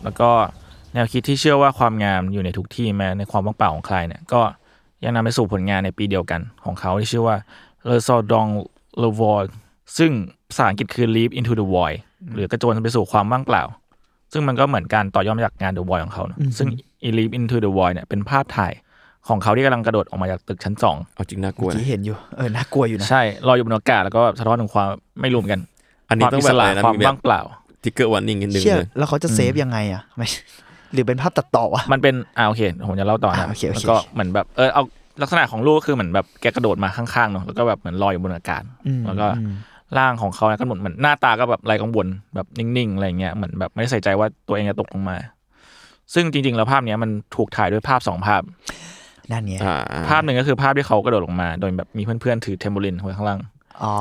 Speaker 2: แล้วก็แนวคิดที่เชื่อว่าความงามอยู่ในทุกที่แม้ในความว่างเปล่าของใครเนี่ยก็ยังนำไปสู่ผลงานในปีเดียวกันของเขาที่ชื่อว่า Le s o d o n l e v o i ซึ่งภาษาอังกฤษคือ Leap into the Void หรือกระโจนไปสู่ความว่างเปล่า ซึ่งมันก็เหมือนการต่อยอดมาจากงาน The Void ของเขาเนอะซึ่ง e Leap into the Void เนี่ยเป็นภาพถ่ายของเขาที่กำลังกระโดดออกมาจากตึกชั้นสอง
Speaker 3: เอาจริงน่ากลัวนะ
Speaker 4: ที่เห็นอยู่เออน่ากลัวอยู่นะ
Speaker 2: ใช่ลอยอยู่บนอากาศแล้วก็สะท้อนถึงความไม่รู้เหมือนกัน
Speaker 3: อันนี้
Speaker 2: ความ
Speaker 3: ต้อง
Speaker 2: อิ
Speaker 3: แบ
Speaker 2: ส
Speaker 3: บ
Speaker 2: ระ
Speaker 3: อะไรนะ
Speaker 2: ความ
Speaker 3: มีแบ
Speaker 2: ว่าง
Speaker 3: บ
Speaker 2: เปล่า
Speaker 3: ทิกเกอร์วันนิ่งนิดนึง
Speaker 4: เชี่ย
Speaker 3: เลย
Speaker 4: แล้วเขาจะเซฟยังไงอ่ะไม่ หรือเป็นภาพตัดต่อวะ
Speaker 2: มันเป็นอ่าโอเค ผมจะเล่าต่อนะ
Speaker 4: อ่าโอเคโอเค
Speaker 2: แล้วก็เหมือนแบบเออเอาลักษณะของลูกก็คือเหมือนแบบแกกระโดดมาข้างๆเนาะแล้วก็แบบเหมือนลอยอยู่บนอากาศแล้วก็ร่างของเขาเนี่ยก็เหมือนเหมือนหน้าตาก็แบบไรกังวลแบบนิ่งๆอะไรเงี้ยเหมือนแบบไม่ได้ใส่ใจว่าตัวเองจะตกลงมา ซึ่งจริงๆแล้วภาพเนี้ยมันถูกถ่ายด้วยภาพสองภาพ
Speaker 4: นั่นเนี่ย
Speaker 3: อ่า
Speaker 2: ภาพหนึ่งก็คือภาพที่เขากระโดดลงมา โดยแบบมีเพื่อนๆถือเทมโบลินไว้ข้างล่าง
Speaker 4: อ๋อ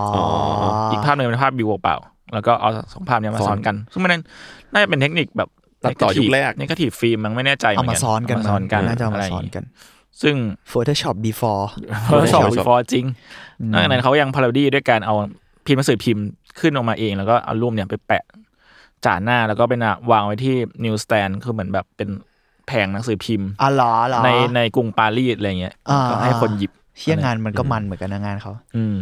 Speaker 2: อีกภาพหนึ่งเป็นภาพบิวเปล่าๆแล้วก็เอาสองภาพเนี้ยมาซ้อนกัน ซึ่งมันน่าจะเป็นเทคนิคแบบ
Speaker 3: ตัดต่อยุคแรก
Speaker 2: นี่ก็ถีบฟิล์มมันไม่แน่ใจ
Speaker 4: เอามาซ้อนกัน
Speaker 2: เมาซ้อนกัน
Speaker 4: น่าจะเอา
Speaker 2: ะ
Speaker 4: มา
Speaker 2: ไร
Speaker 4: ซ้อนกัน
Speaker 2: ซึ่ง
Speaker 4: Photoshop before
Speaker 2: เขาสอบ
Speaker 3: Photoshop
Speaker 2: ฟอร์จริงนอกจากนั้นเขายังพาราดีด้วยการเอาพิมพ์หนังสือพิมพ์ขึ้นออกมาเอง แล้วก็เอารูปเนี่ยไปแปะจ่าหน้าแล้วก็เป็นวางไว้ที่นิวสแตนคือเหมือนแบบเป็นแผงหนังสือพิมพ์
Speaker 4: อ๋อเหรอเหรอ
Speaker 2: ในในกรุงปารีสอะไรเงี้ย
Speaker 4: อ่า
Speaker 2: ก็ให้คนหยิบ
Speaker 4: เชี่ยงานมันก็มันเหมือนกันนะงานเขา
Speaker 2: อืม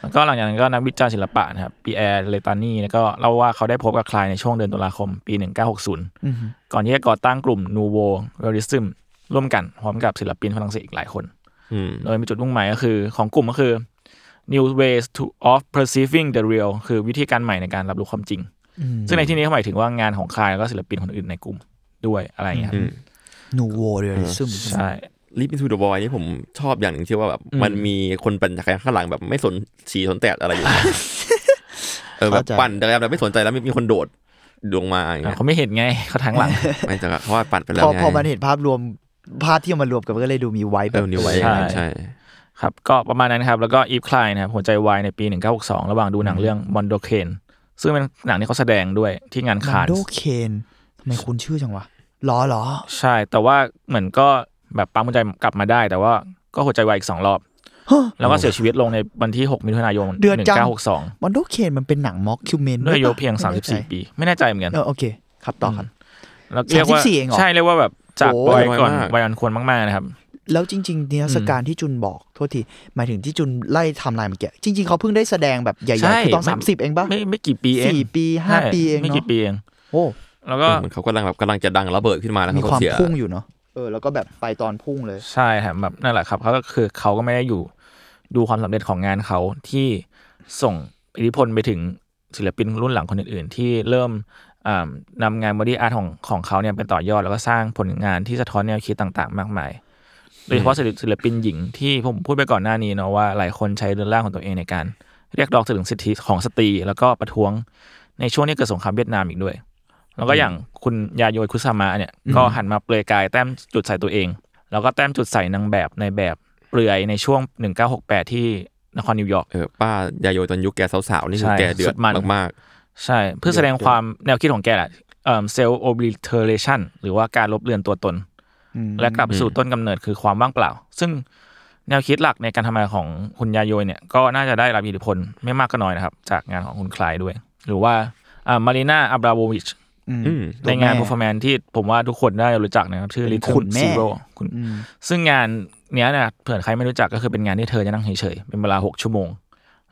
Speaker 2: แล้วก็หลังจากนั้นก็นักวิจารณ์ศิลปะนะครับปีแอร์เลตานีแล้วก็เล่าว่าเขาได้พบกับคลายในช่วงเดือนตุลาคมปี 1960 ก่อนที่จะก่อตั้งกลุ่มนูโวเรลิซึมร่วมกันพร้อมกับศิลปินฝรั่งเศสอีกหลายคน
Speaker 3: อืม
Speaker 2: โดยมีจุดมุ่งหมายก็คือของกลุ่มก็คือ new ways to of perceiving the real คือวิธีการใหม่ในการรับรู้ความจริง ซึ่งในที่นี้เขาหมายถึงว่างานของคลายแล้วก็ศิลปินคนอื่นในกลุ่มด้วยอะไรอย่างเงี้ยครับ
Speaker 4: Nouveau Realism
Speaker 2: ใช่
Speaker 3: ลิปปินทูเดอะบอยนี่ผมชอบอย่างหนึ่งที่ว่าแบบมันมีคนปั่นจักรยานข้างหลังแบบไม่สนฉี่สนแตดอะไรอยู่ เออแบบ
Speaker 4: เข้าใจ
Speaker 3: ปั่นจักรยานแบบไม่สนใจแล้วมีมีคนโดดลงมาอย่างเงี้ย
Speaker 2: เขาไม่เห็นไง เขาทางหลัง
Speaker 3: ไม่จักรเพราะว่าปั่นไปแล้
Speaker 4: พ
Speaker 3: ว
Speaker 4: อ
Speaker 3: ไง
Speaker 4: พอมันเห็นภาพรวมภาพที่เอามารวมกันมันก็เลยดูมีไว้แบ
Speaker 3: เอบ อนิวไว้
Speaker 2: ใช่
Speaker 3: ใช่
Speaker 2: ครับก็ประมาณนั้นครับ แล้วก็อีฟคลายนะครับหัวใจวายในปี 1962 ระหว่างดูหนังเรื่องบอนโดเคนซึ่งเป็นหนังที่เขาแสดงด้วยที่งานคาน
Speaker 4: โดเคนทำไมคุณชื่อจังวะเหรอเหรอ
Speaker 2: ใช่ แต่ว่าเหมือนก็แบบปั๊มหัวใจกลับมาได้ แต่ว่าก็หัวใจวายอีก 2 รอบ แล้วก็เสียชีวิตลงในวันที่ 6 มิถุนายน
Speaker 4: เดือดจัง
Speaker 2: 1962
Speaker 4: มันโดเคนมันเป็นหนังม็อกคิวเมน
Speaker 2: ด้วยอายุเพียง 34 ปี ไม่แน่ใจเหมือนกัน
Speaker 4: เออโอเค ครับต่อครับ
Speaker 2: แล้วเรียกว่า
Speaker 4: สามสิบสี่เองเหรอ
Speaker 2: ใช่เรียกว่าแบบจาก
Speaker 4: โอ้
Speaker 2: วัยก่อน
Speaker 3: ไวมาก
Speaker 2: วัยอันควรมากๆนะครับ
Speaker 4: แล้วจริง ๆ นิทรรศการที่จุนบอกโทษที หมายถึงที่จุนไล่ไทำลายเมื่อกี้จริง ๆ เขาเพิ่งได้แสดงแบบใหญ่
Speaker 2: ใช่
Speaker 4: ๆคือตอน
Speaker 2: ไม่
Speaker 4: สามสิบเองปะ
Speaker 2: ไม่ไม่กี่ปีเอง
Speaker 4: สี่ปีห้า
Speaker 2: ใช่
Speaker 4: ปีเองเนอะ
Speaker 2: ไม่กี่ปีเอง
Speaker 4: โอ้
Speaker 2: แล้ว
Speaker 3: เอ
Speaker 2: ก็
Speaker 3: อเหมือนเขากำลังแบบกำลังจะดังระเบิดขึ้นมาแล้ว
Speaker 4: มี
Speaker 3: เขาก็
Speaker 4: ความ
Speaker 3: เสีย
Speaker 4: พุ่งอยู่เนาะเออ แล้วก็แบบไปตอนพุ่งเลย
Speaker 2: ใช่ครับแบบนั่นแหละครับเขาก็คือเขาก็ไม่ได้อยู่ดูความสำเร็จของงานเขาที่ส่งอิทธิพลไปถึงศิลปินรุ่นหลังคนอื่นๆ ที่เริ่มอ่านำางานบอดี้อาร์ตของของเขาเนี่ยไปต่อยอดแล้วก็สร้างผลงานที่สะท้อนแนวคิดต่างๆ มากมาย โดยเฉพาะศิลศิลปินหญิงที่ผมพูดไปก่อนหน้านี้เนาะว่าหลายคนใช้เรือนร่างของตัวเองในการ เรียกร้องถึงสิทธิของสตรีแล้วก็ประท้วงในช่วงที่เกิดสงครามเวียดนามอีกด้วย แล้วก็อย่างคุณยาโยยคุซามะเนี่ยก็หันมาเปลือยกายแต้มจุดใส่ตัวเอง แล้วก็แต้มจุดใส่นางแบบในแบบเปลือยในช่วง 1968 ที่นครนิวยอร์ก
Speaker 3: เออป้ายายโยตอนยุคแกสาวๆนี่คือ
Speaker 2: ใช่
Speaker 3: แกเดือ
Speaker 2: สุ
Speaker 3: ด
Speaker 2: ดมัน
Speaker 3: มาก
Speaker 2: ใช่ เพื่อแสดงความแนวคิดของแกแหละเซลล์โอบลิเทเรชันหรือว่าการลบเลือนตัวตน และกลับสู่ต้นกำเนิดคือความว่างเปล่า ซึ่งแนวคิดหลักในการทำงานของคุณยาโยยเนี่ยก็น่าจะได้รับอิทธิพลไม่มากก็น้อยนะครับ จากงานของคุณคลายด้วย หรือว่ามารีนาอับราโววิช
Speaker 3: ๆอืม
Speaker 2: ในงานเ e อ
Speaker 4: ตัวแม่
Speaker 2: ร์ฟอร์แมนที่ผมว่าทุกคนน่าจะรู้จักนะครับ ชื่อ
Speaker 4: เป็น
Speaker 2: Little
Speaker 4: คุณแม่
Speaker 2: Zero คุณซึ่งงานเนี้ยนะเผื่อใครไม่รู้จักก็คือเป็นงานที่เธอจะนั่งเฉยๆ เป็นเวลา 6 ชั่วโมง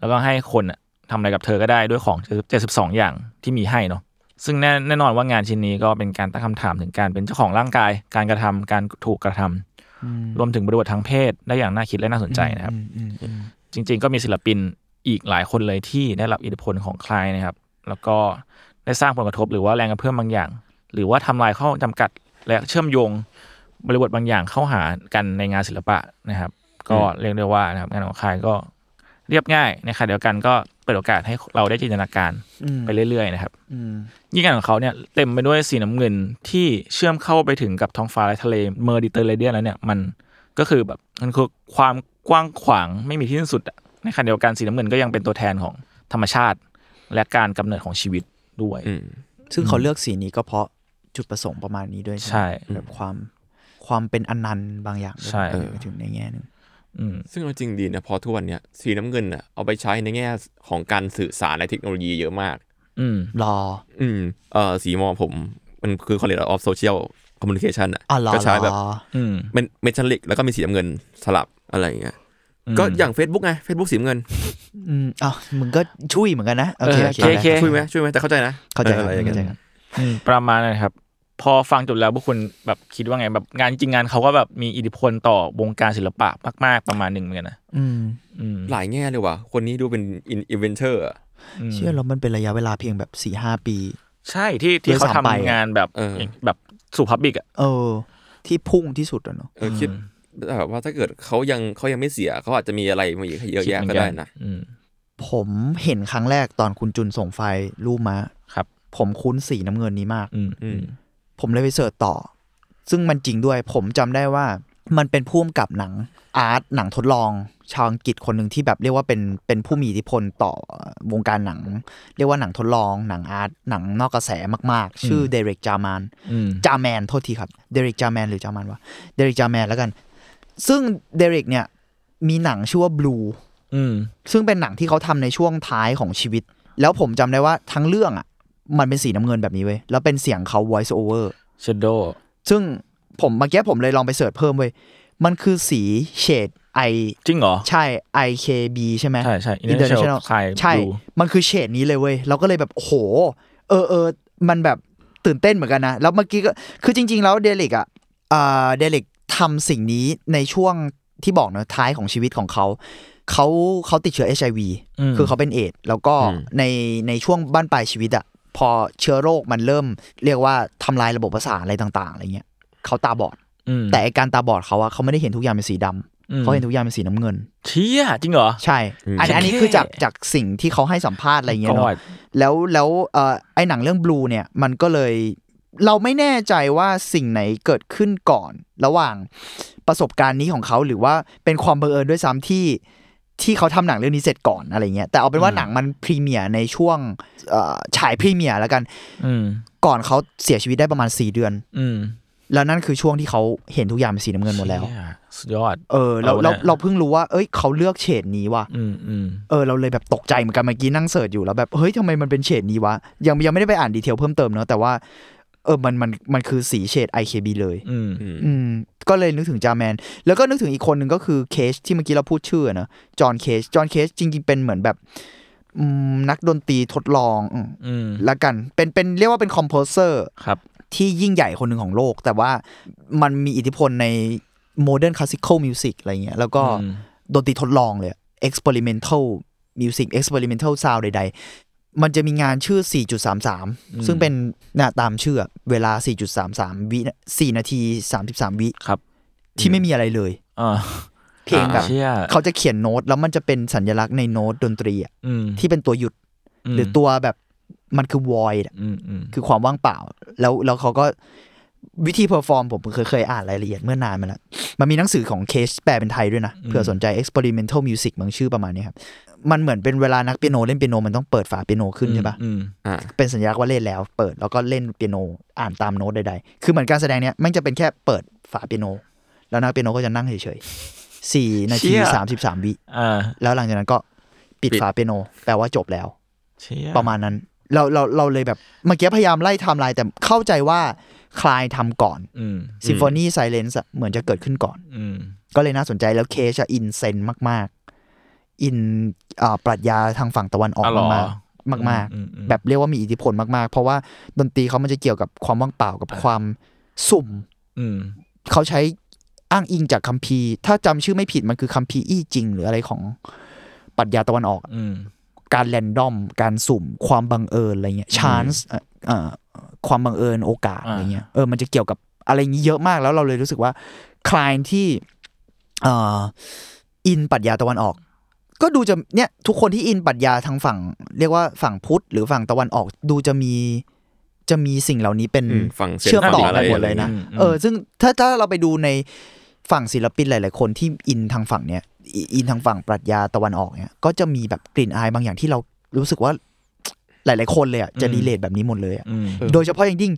Speaker 2: แล้วก็ให้คนน่ะทำอะไรกับเธอก็ได้ด้วยของ 72 อย่างที่มีให้เนาะซึ่งแน่แน่นอนว่างานชิ้นนี้ก็เป็นการตั้งคำถามถึงการเป็นเจ้าของร่างกาย การกระทำการถูกกระทำรวมถึงบริบททางเพศได้อย่างน่าคิดและน่าสนใจนะครับ จริงๆ ก็มีศิลปินอีกหลายคนเลยที่ได้รับอิทธิพลของคลายนะครับ แล้วก็ได้สร้างผลกระทบหรือว่าแรงกระเพื่อมบางอย่าง หรือว่าทำลายข้อจำกัดและเชื่อมโยงบริบทบางอย่างเข้าหากันในงานศิลปะนะครับ ก็เรียกได้ว่านะครับงานของคลายก็เรียบง่ายในขณะเดียวกันก็เปิดโอกาสให้เราได้จินตนาการไปเรื่อยๆนะครับยิ่งงานของเขาเนี่ยเต็มไปด้วยสีน้ำเงินที่เชื่อมเข้าไปถึงกับท้องฟ้าและทะเลเมอร์ดิเตอร์เรเดียนแล้วเนี่ยมัน ก็คือแบบมันคือความกว้างขวางไม่มีที่สิ้นสุดอะในขณะเดียวกันสีน้ำเงินก็ยังเป็นตัวแทนของธรรมชาติ และการกำเนิดของชีวิตด้วย
Speaker 3: อืม
Speaker 4: ซึ่งเขาเลือกสีนี้ก็เพราะจุดประสงค์ประมาณนี้ด้วย
Speaker 2: ใช่
Speaker 4: ไหมแบบความความเป็นอนันต์บางอย่างด้วย
Speaker 2: ใช่
Speaker 4: หมายถึงในแง่หนึ่ง
Speaker 2: อืม
Speaker 3: ซึ่งเอาจริงดีนะพอทุกวันเนี้ยสีน้ำเงินอ่ะเอาไปใช้ในแง่ของการสื่อสารในเทคโนโลยีเยอะมาก
Speaker 2: อืม
Speaker 4: รอ
Speaker 3: อืมเออสีมอผม มันคือ College of Social Communication อ่ะ
Speaker 4: อ๋อเหรอ
Speaker 3: ก็ใช้แบบ
Speaker 4: เหรอ
Speaker 2: อืม
Speaker 3: เป็นเมทัลลิกแล้วก็มีสีน้ำเงินสลับอะไรอย่างเงี้ยก็อย่าง Facebook ไง Facebook สีน้ำเงิน
Speaker 4: อืมอ้าวมึงก็ช่วยเหมือนกันนะโอเค
Speaker 2: เออ
Speaker 4: โอเค
Speaker 2: โอเค
Speaker 3: ช่วยไหมช่วยไหมแต่เข้าใจนะ
Speaker 4: เข้าใจ
Speaker 3: อออะไรอย่าง
Speaker 4: เข้าใจ
Speaker 3: เงี้ย
Speaker 4: ครับ
Speaker 2: ประมาณนั้นครับ พอฟังจบแล้วพวกคุณแบบคิดว่าไงแบบงานจริงงานเขาก็แบบมีอิทธิพลต่อวงการศิลปะมาก ๆ ประมาณหนึ่งเหมือนกันนะ
Speaker 4: อืม
Speaker 2: อืม
Speaker 3: หลายแง่เลยว่ะคนนี้ดูเป็นอินเวนเตอร์อะ
Speaker 4: เชื่อเรามันเป็นระยะเวลาเพียงแบบสี่ห้าปี
Speaker 2: ใช่ที่ที่เขา
Speaker 4: โดยสาม
Speaker 2: ทำ
Speaker 4: ไปอะ
Speaker 2: งานแบบ
Speaker 3: เออ
Speaker 2: แบบสู่พับบิกอ่ะ
Speaker 4: เออ ที่พุ่งที่สุดอะเนาะ
Speaker 3: เออคิดแบบว่าถ้าเกิดเขายังเขายังไม่เสียเขาอาจจะมีอะไรมาอีกเยอะแยะก็ได้นะ
Speaker 2: อืม
Speaker 4: ผมเห็นครั้งแรกตอนคุณจุนส่งไฟล์รูปมา
Speaker 2: ครับ
Speaker 4: ผมคุ้นสีน้ำเงินนี้มาก
Speaker 2: อืม
Speaker 3: อืม
Speaker 4: ผมเลยไปเสิร์ชต่อ ซึ่งมันจริงด้วย ผมจำได้ว่ามันเป็นผู้กำกับหนังอาร์ตหนังทดลอง ชาวอังกฤษคนหนึ่งที่แบบเรียกว่าเป็นเป็นผู้มีอิทธิพลต่อวงการหนัง เรียกว่าหนังทดลอง หนังอาร์ตหนังนอกกระแสมากๆ ชื่อเดเรกจามาน
Speaker 2: อืม
Speaker 4: จาแมนโทษทีครับเดริกจาแมนหรือจามันวะเดริกจาแมนแล้วกัน ซึ่งเดริกเนี่ยมีหนังชื่อว่า Blue
Speaker 2: อืม
Speaker 4: ซึ่งเป็นหนังที่เขาทำในช่วงท้ายของชีวิต แล้วผมจำได้ว่าทั้งเรื่องอ่ะ มันเป็นสีน้ำเงินแบบนี้เว้ย แล้วเป็นเสียงเขา voice over
Speaker 2: เชดโด
Speaker 4: ซึ่งผมเมื่อกี้ผมเลยลองไปเสิร์ชเพิ่มเว้ย มันคือสีเฉด I
Speaker 2: จริงเหรอ
Speaker 4: ใช่ IKB ใช่ไหม
Speaker 2: ใช่ใช่ International Sky
Speaker 4: ใช่
Speaker 2: Blue
Speaker 4: มันคือเฉดนี้เลยเว้ย เราก็เลยแบบโอ้โห เออเออมันแบบตื่นเต้นเหมือนกันนะ แล้วเมื่อกี้ก็ คือจริง ๆ แล้วเดลิกอ่ะอ่าเดลิกทำสิ่งนี้ในช่วงที่บอกเนอะท้ายของชีวิตของเขา เขาเขาติดเชื้อ HIV
Speaker 2: อืม
Speaker 4: คือเขาเป็นเอดส์แล้วก็ในในช่วงบ้านปลายชีวิตอ่ะ พอเชื้อโรคมันเริ่มเรียกว่าทำลายระบบประสาทอะไรต่างๆอะไรเงี้ยเขาตาบอด
Speaker 2: อืม
Speaker 4: แต่ไอ้การตาบอดเขาอะเขาไม่ได้เห็นทุกอย่างเป็นสีดำ
Speaker 2: อืม
Speaker 4: เขาเห็นทุกอย่างเป็นสีน้ำเงิน
Speaker 2: เชี่ยจริงเหรอ
Speaker 4: ใช่ อัน
Speaker 2: โอเค
Speaker 4: นี้อันนี้คือจากจากสิ่งที่เขาให้สัมภาษณ์อะไรอย่างเงี้ย
Speaker 2: ก็
Speaker 4: เนาะ
Speaker 2: ว่า
Speaker 4: แล้วแล้วเอ่อไอหนังเรื่องบลูเนี่ยมันก็เลยเราไม่แน่ใจว่าสิ่งไหนเกิดขึ้นก่อน ระหว่างประสบการณ์นี้ของเขาหรือว่าเป็นความบังเอิญด้วยซ้ำที่ที่เขาทำหนังเรื่องนี้เสร็จก่อนอะไรเงี้ยแต่เอาเป็นว่าหนังมันพรีเมียร์ในช่วงเอ่อฉายพรีเมียร์แล้วกัน
Speaker 2: อืม
Speaker 4: ก่อนเขาเสียชีวิตได้ประมาณ 4 เดือน
Speaker 2: อืม
Speaker 4: แล้วนั่นคือช่วงที่เขาเห็นทุกอย่างเป็นสีน้ำเงินหมดแล้ว
Speaker 2: เชี่ยสุดยอด
Speaker 4: เออเรา
Speaker 2: เอา
Speaker 4: เรา
Speaker 2: เนี่ย
Speaker 4: เราเพิ่งรู้ว่าเอ้ยเขาเลือกเฉดนี้ว่ะ
Speaker 2: อืมอืม
Speaker 4: เออเราเลยแบบตกใจเหมือนกันเมื่อกี้นั่งเสิร์ชอยู่แล้วแบบ เฮ้ยทำไมมันเป็นเฉดนี้วะ ยังยังไม่ได้ไปอ่านดีเทลเพิ่มเติมเนาะแต่ว่า เออมันมันมันคือสีเฉด IKB เลย
Speaker 2: อืม
Speaker 4: อืม ก็เลยนึกถึงจาแมน แล้วก็นึกถึงอีกคนหนึ่งก็คือเคชที่เมื่อกี้เราพูดชื่อเนอะจอห์นเคชจอห์นเคชจริงๆ เป็นเหมือนแบบอืมนักดนตรีทดลองอืม
Speaker 2: อืม
Speaker 4: ละกันเป็นเป็นเรียกว่าเป็นคอมโพเซอร์
Speaker 2: ครับ
Speaker 4: ที่ยิ่งใหญ่คนหนึ่งของโลก แต่ว่ามันมีอิทธิพลในโมเดิร์นคลาสสิคอลมิวสิกอะไรเงี้ยแล้วก็
Speaker 2: อืม
Speaker 4: ดนตรีทดลองเลย experimental music experimental sound ใดๆ มันจะมีงานชื่อ 4.33 ซึ่งเป็นน่ะตามชื่อเวลา 4.33 วิ4นาที 33 วิ
Speaker 2: ครับ
Speaker 4: ที่ไม่มีอะไรเลย
Speaker 2: อ่า
Speaker 4: เพลงแบบ
Speaker 2: เชี่ย
Speaker 4: เขาจะเขียนโน้ต แล้วมันจะเป็นสัญลักษณ์ในโน้ตดนตรีอะ
Speaker 2: อืม
Speaker 4: ที่เป็นตัวหยุดหรือตัวแบบมันคือ void อะ
Speaker 2: อืมอืม
Speaker 4: คือความว่างเปล่า แล้วแล้วเขาก็วิธีเพอร์ฟอร์มผมเคยเคยอ่านรายละเอียดเมื่อนานมาแล้ว มันมีหนังสือของเคชแปลเป็นไทยด้วยนะเผื่อสนใจ experimental music บางชื่อประมาณนี้ครับ มันเหมือนเป็นเวลานักเปียโนเล่นเปียโนมันต้องเปิดฝาเปียโนขึ้นใช่ปะ
Speaker 2: อืม
Speaker 3: อ่า
Speaker 4: เป็นสัญลักษณ์ว่าเล่นแล้วเปิดแล้วก็เล่นเปียโนอ่านตามโน้ตใดๆ คือเหมือนการแสดงเนี้ยมันจะเป็นแค่เปิดฝาเปียโน แล้วนักเปียโนก็จะนั่งเฉยๆสี่นาทีสามสิบสามวิ
Speaker 2: อ่า
Speaker 4: แล้วหลังจากนั้นก็ปิดฝาเปียโนแปลว่าจบแล้ว
Speaker 2: เชี่ย
Speaker 4: ประมาณนั้นเราเราเราเลยแบบเมื่อกี้พยายามไล่ไทม์ไลน์แต่เข้าใจว่าคลายทำก่อน
Speaker 2: อืม
Speaker 4: ซิมโฟนีไซเลน c ์เหมือนจะเกิดขึ้นก่อน
Speaker 2: อืม
Speaker 4: ก็เลยน่าสนใจแล้วเคชอินเซนมาก ๆ อินอ่าปรัชญาทางฝั่งตะวันออก
Speaker 2: อ๋อเหรอ
Speaker 4: มากๆมาก
Speaker 2: อือื
Speaker 4: ๆ แบบเรียกว่ามีอิทธิพลมาก ๆ เพราะว่าดนตรีเขามันจะเกี่ยวกับความว่างเปล่ากับความสุ่ม
Speaker 2: อืม
Speaker 4: เขาใช้อ้างอิงจากคัมภีร์ ถ้าจำชื่อไม่ผิดมันคือคัมภีร์อี้จริง หรืออะไรของปรัชญาตะวันออก
Speaker 2: อืม
Speaker 4: การแรนดอม การสุ่ม ความบังเอิญอะไรเงี้ย ชานส์ความบังเอิญโอกาสอะไรเงี้ย เออ มันจะเกี่ยวกับอะไรอย่างนี้เยอะมาก แล้วเราเลยรู้สึกว่า คลายที่เอ่ออินปรัชญาตะวันออก ก็ดูจะเนี่ยทุกคนที่อินปรัชญาทางฝั่ง เรียกว่าฝั่งพุทธหรือฝั่งตะวันออกดูจะมีจะมีสิ่งเหล่านี้เป็น
Speaker 3: อืมฝั่ง
Speaker 4: เชื่อมต่อ
Speaker 3: ฝั่ง
Speaker 4: กันหมดเลยนะ
Speaker 3: อไร
Speaker 4: เออ ซึ่งถ้าถ้าเราไปดูในฝั่งศิลปินหลาย ๆ คนที่อินทางฝั่งเนี้ยอิอินทางฝั่งปรัชญาตะวันออกเนี้ยก็จะมีแบบกลิ่นอายบางอย่างที่เรารู้สึกว่าหลาย ๆ คนเลยอ่ะจะรีเลทแบบนี้หมดเลยอะ
Speaker 2: อืม
Speaker 4: โดยเฉพาะอย่างยิ่ง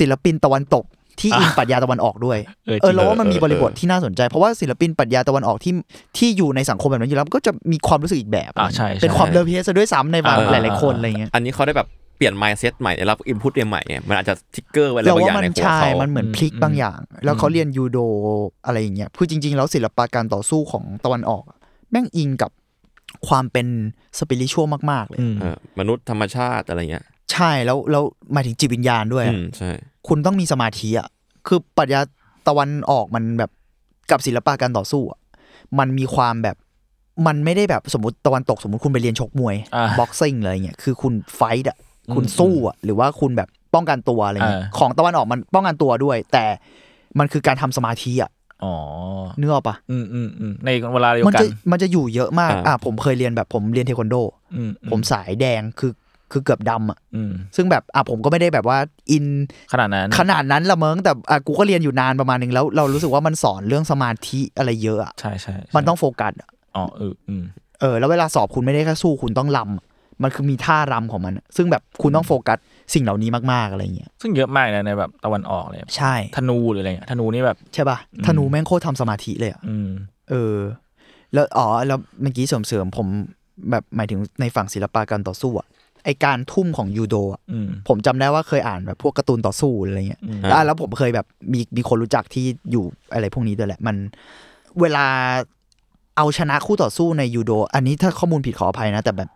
Speaker 4: ศิลปินตะวันตก ที่อิงปรัชญาตะวันออกด้วย
Speaker 2: เออจริง
Speaker 4: เออเราว่ามันมีบริบท
Speaker 3: เออ
Speaker 4: ที่น่าสนใจ เพราะว่าศิลปินปรัชญาตะวันออกที่ที่อยู่ในสังคมแบบนั้นอยู่แล้วก็จะมีความรู้สึกอีกแบบ
Speaker 2: อ่าใช่ใช่
Speaker 4: เป็นความเลอเพสด้วยซ้ำในบาง
Speaker 2: อ่า
Speaker 4: หลาย ๆคนอะไรเงี้ย
Speaker 3: อันนี้เขาได้แบบเปลี่ยน mindset ใหม่ได้รับอินพุตใหม่ๆไงมันอาจจะทิกเกอร์ไว้แล้ว
Speaker 4: เรา
Speaker 3: บางอ
Speaker 4: ว่า
Speaker 3: ย่าง
Speaker 4: มัน
Speaker 3: ในหัว
Speaker 4: ใช่
Speaker 3: เขา
Speaker 4: มันเหมือนพลิกบางอย่าง แล้วเขาเรียนยูโดอะไรอย่างเงี้ยคือจริง ๆ แล้วศิลปะการต่อสู้ของตะวันออก แม่งอิงกับความเป็นสปิริชวลมากๆเลย
Speaker 2: อืม
Speaker 3: เออมนุษย์ธรรมชาติอะไรเงี้ย
Speaker 4: ใช่แล้วแล้วหมายถึงจิตวิญญาณด้วยอะ
Speaker 3: อืมใช่
Speaker 4: คุณต้องมีสมาธิอ่ะ คือปรัชญาตะวันออกมันแบบกับศิลปะการต่อสู้อ่ะ มันมีความแบบมันไม่ได้แบบสมมติตะวันตกสมมติคุณไปเรียนชกมวย
Speaker 2: อ่า
Speaker 4: บ็อกซิ่งอะไรเงี้ย คือคุณไฟต์อ่ะ คุณ
Speaker 2: อืม
Speaker 4: สู้อ่ะ หรือว่าคุณแบบป้องกันตัวอะไรเงี้ย
Speaker 2: อ่า
Speaker 4: ของตะวันออกมันป้องกันตัวด้วย แต่มันคือการทำสมาธิอ่ะ
Speaker 2: อ๋อ
Speaker 4: เนื้ออกปะ
Speaker 2: อืมอืมอืมในเวลาเดียว
Speaker 4: มัน
Speaker 2: กั
Speaker 4: จะ
Speaker 2: น
Speaker 4: มันจะอยู่เยอะมาก อ่ะผมเคยเรียนแบบผมเรียนเทควันโด
Speaker 2: อืม
Speaker 4: ผมสายแดงคือคือเกือบดำอ่ะ
Speaker 2: อืม
Speaker 4: ซึ่งแบบอ่ะผมก็ไม่ได้แบบว่าอิน
Speaker 2: ขนาดนั้น
Speaker 4: ขนาดนั้นละเมิงแต่อ่ะกูก็เรียนอยู่นานประมาณหนึงแล้วเรารู้สึกว่ามันสอนเรื่องสมาธิอะไรเยอะอะ
Speaker 2: ใช่ใช่ใช่
Speaker 4: มันต้องโฟกัสอะ
Speaker 2: อ๋อเอออืม
Speaker 4: เออแล้วเวลาสอบคุณไม่ได้แค่สู้คุณต้องรำอะมันคือมีท่ารำของมันอะซึ่งแบบคุณต้องโฟกัสสิ่งเหล่านี้มากๆอะไรเงี้ย
Speaker 2: ซึ่งเยอะมากนะในแบบตะวันออกเลย
Speaker 4: ใช่
Speaker 2: ธนูหรืออะไรเงี้ยธนูนี่แบบ
Speaker 4: ใช่ป่ะ
Speaker 2: อืม
Speaker 4: ธนูแม่งโคตรทำสมาธิเลยอะ
Speaker 2: อืม
Speaker 4: เออ แล้วอ๋อแล้วเมื่อกี้เสริมๆผมแบบหมายถึงในฝั่งศิลปะการต่อสู้อะไอการทุ่มของยูโดอะ
Speaker 2: อืม
Speaker 4: ผมจำได้ว่าเคยอ่านแบบพวกการ์ตูนต่อสู้อะไรเงี้ยอ่ะแล้วผมเคยแบบมีมีคนรู้จักที่อยู่อะไรพวกนี้ด้วยแหละ มันเวลาเอาชนะคู่ต่อสู้ในยูโด อันนี้ถ้าข้อมูลผิดขออภัยนะ แต่แบบ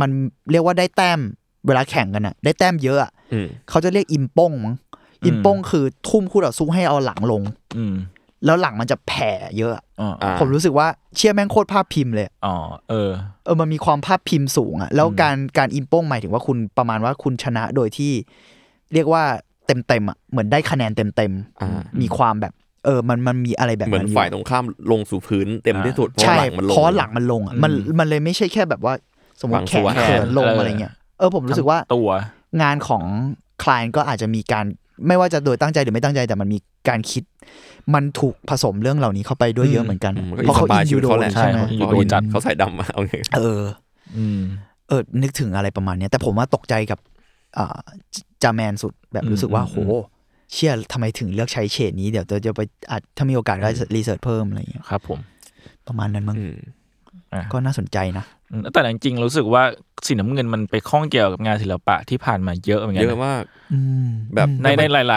Speaker 4: มันเรียกว่าได้แต้มเวลาแข่งกันอะได้แต้มเยอะอะ
Speaker 3: อืม
Speaker 4: เขาจะเรียกอิมป้งมั้งอิมป้งคือทุ่มคู่ต่อสู้ให้เอาหลังลง
Speaker 2: อืม
Speaker 4: แล้วหลังมันจะแผ่เยอะอะ
Speaker 2: อ๋อ
Speaker 3: อ่า
Speaker 4: ผมรู้สึกว่าเชี่ยแม่งโคตรภาพพิมพ์เลยอะ
Speaker 2: อ๋อเออ
Speaker 4: เออมันมีความภาพพิมพ์สูงอะแล้วการการอิมโป้งหมายถึงว่าคุณประมาณว่าคุณชนะโดยที่ เรียกว่าเต็มเต็มๆอะเหมือนได้คะแนนเต็มเต็มๆ
Speaker 3: อ่า
Speaker 4: มีความแบบ เออมันมันมีอะไรแบบ
Speaker 3: เหมือน
Speaker 4: นั้นอยู่
Speaker 3: ฝ่ายตรงข้ามลงสู่พื้นเต็มที่สุดเพราะ
Speaker 4: ใช่
Speaker 3: หลังมันลง
Speaker 4: เพราะหลังมันลงอะมันมันเลยไม่ใช่แค่แบบว่า สมม
Speaker 3: หลั
Speaker 4: ติ
Speaker 3: ง
Speaker 4: แข
Speaker 3: ส
Speaker 4: น
Speaker 3: วน
Speaker 4: เขินลง
Speaker 2: เอออ
Speaker 4: อะไรเงี้ยเออผมรู้สึกว่า
Speaker 2: ทั้งตัว
Speaker 4: งานของคลายก็อาจจะมีการไม่ว่าจะโดยตั้งใจหรือไม่ตั้งใจแต่มันมีการคิด มันถูกผสมเรื่องเหล่านี้เข้าไปด้วยเยอะเหมือนกัน
Speaker 3: อืมก็
Speaker 4: เพราะเขา
Speaker 3: อินสปาย
Speaker 4: อินยูโด
Speaker 3: ชีวิตเขาแหละ
Speaker 4: ใช่ไหม
Speaker 3: เพราะเขาจัดเขาใส่ดำอะเอาไง
Speaker 4: เออ
Speaker 2: อืม
Speaker 4: เออ นึกถึงอะไรประมาณเนี้ยแต่ผมว่าตกใจกับอ่าจจาแมนสุดแบบ
Speaker 2: อืม
Speaker 4: รู้สึกว่า
Speaker 2: อืม
Speaker 4: โห เชื่อทำไมถึงเลือกใช้เฉดนี้เดี๋ยวจะไปอาจถ้ามีโอกาสก็รีเสิร์ชเพิ่มอะไรอย่างเงี้ย
Speaker 2: ครับผม
Speaker 4: ประมาณนั้นมั้ง
Speaker 3: อืม
Speaker 2: อ่ะ
Speaker 4: ก็น่าสนใจนะ
Speaker 2: อืมแต่จริงๆรู้สึกว่าสีน้ำเงินมันไปข้องเกี่ยวกับงานศิลปะที่ผ่านมาเยอะเหมือนกั
Speaker 3: เย
Speaker 2: น
Speaker 3: อะ
Speaker 2: นะ
Speaker 3: มาก
Speaker 4: อืม
Speaker 3: แบบ
Speaker 2: ในในหล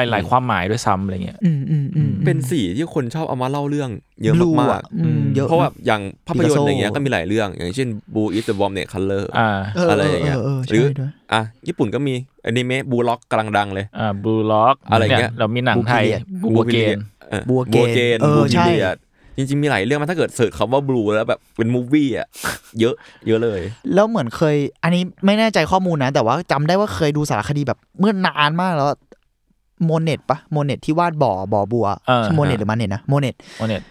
Speaker 2: ายๆ หลาย ๆ ความหมายด้วยซ้ำอะไรเงี้ย
Speaker 4: อืมอืมอืม
Speaker 3: เป็นสีที่คนชอบเอามาเล่าเรื่องเยอะ
Speaker 4: บลู
Speaker 3: มาก
Speaker 4: อ่ะอืมเยอะ
Speaker 3: ๆเพราะว่าอย่างภาพยนตร์
Speaker 4: ปิกัโซ่
Speaker 3: อะไรเงี้ยก็มีหลายเรื่อง อย่างเช่น Blue is the Bomb เนี่ย Color
Speaker 2: อ่า
Speaker 4: เออ
Speaker 3: อะไรอย่างเงี้ย
Speaker 4: เออ
Speaker 3: หรือ
Speaker 4: ใช่ด้วย
Speaker 3: อ่ะญี่ปุ่นก็มีอนิเมะบูล็อกกำลังดังเลย
Speaker 2: อ่าบลูล็อก
Speaker 3: อะไรเงี้ย
Speaker 2: เรามีหนังไทย
Speaker 3: Blue
Speaker 2: บัวเก
Speaker 3: Period
Speaker 2: น
Speaker 3: เออ
Speaker 4: Blue
Speaker 3: Blue
Speaker 4: Gain
Speaker 3: Gain
Speaker 4: เออ
Speaker 3: Blue
Speaker 4: ใช่
Speaker 3: Period จริงๆ มีหลายเรื่องมันถ้าเกิดเสิร์ชคำว่า blue แล้วแบบเป็นมูฟวี่อ่ะเยอะเยอะเลย
Speaker 4: แล้วเหมือนเคย อันนี้ไม่แน่ใจข้อมูลนะ แต่ว่าจำได้ว่าเคยดูสารคดีแบบเมื่อนานมากแล้วโมเน็ตปะโมเน็ตที่วาดบ่อบ่อบัว
Speaker 2: เออ
Speaker 4: ใช่โมเน็ตหรือมาเน็ตนะโมเน็ต
Speaker 2: โอเน็ต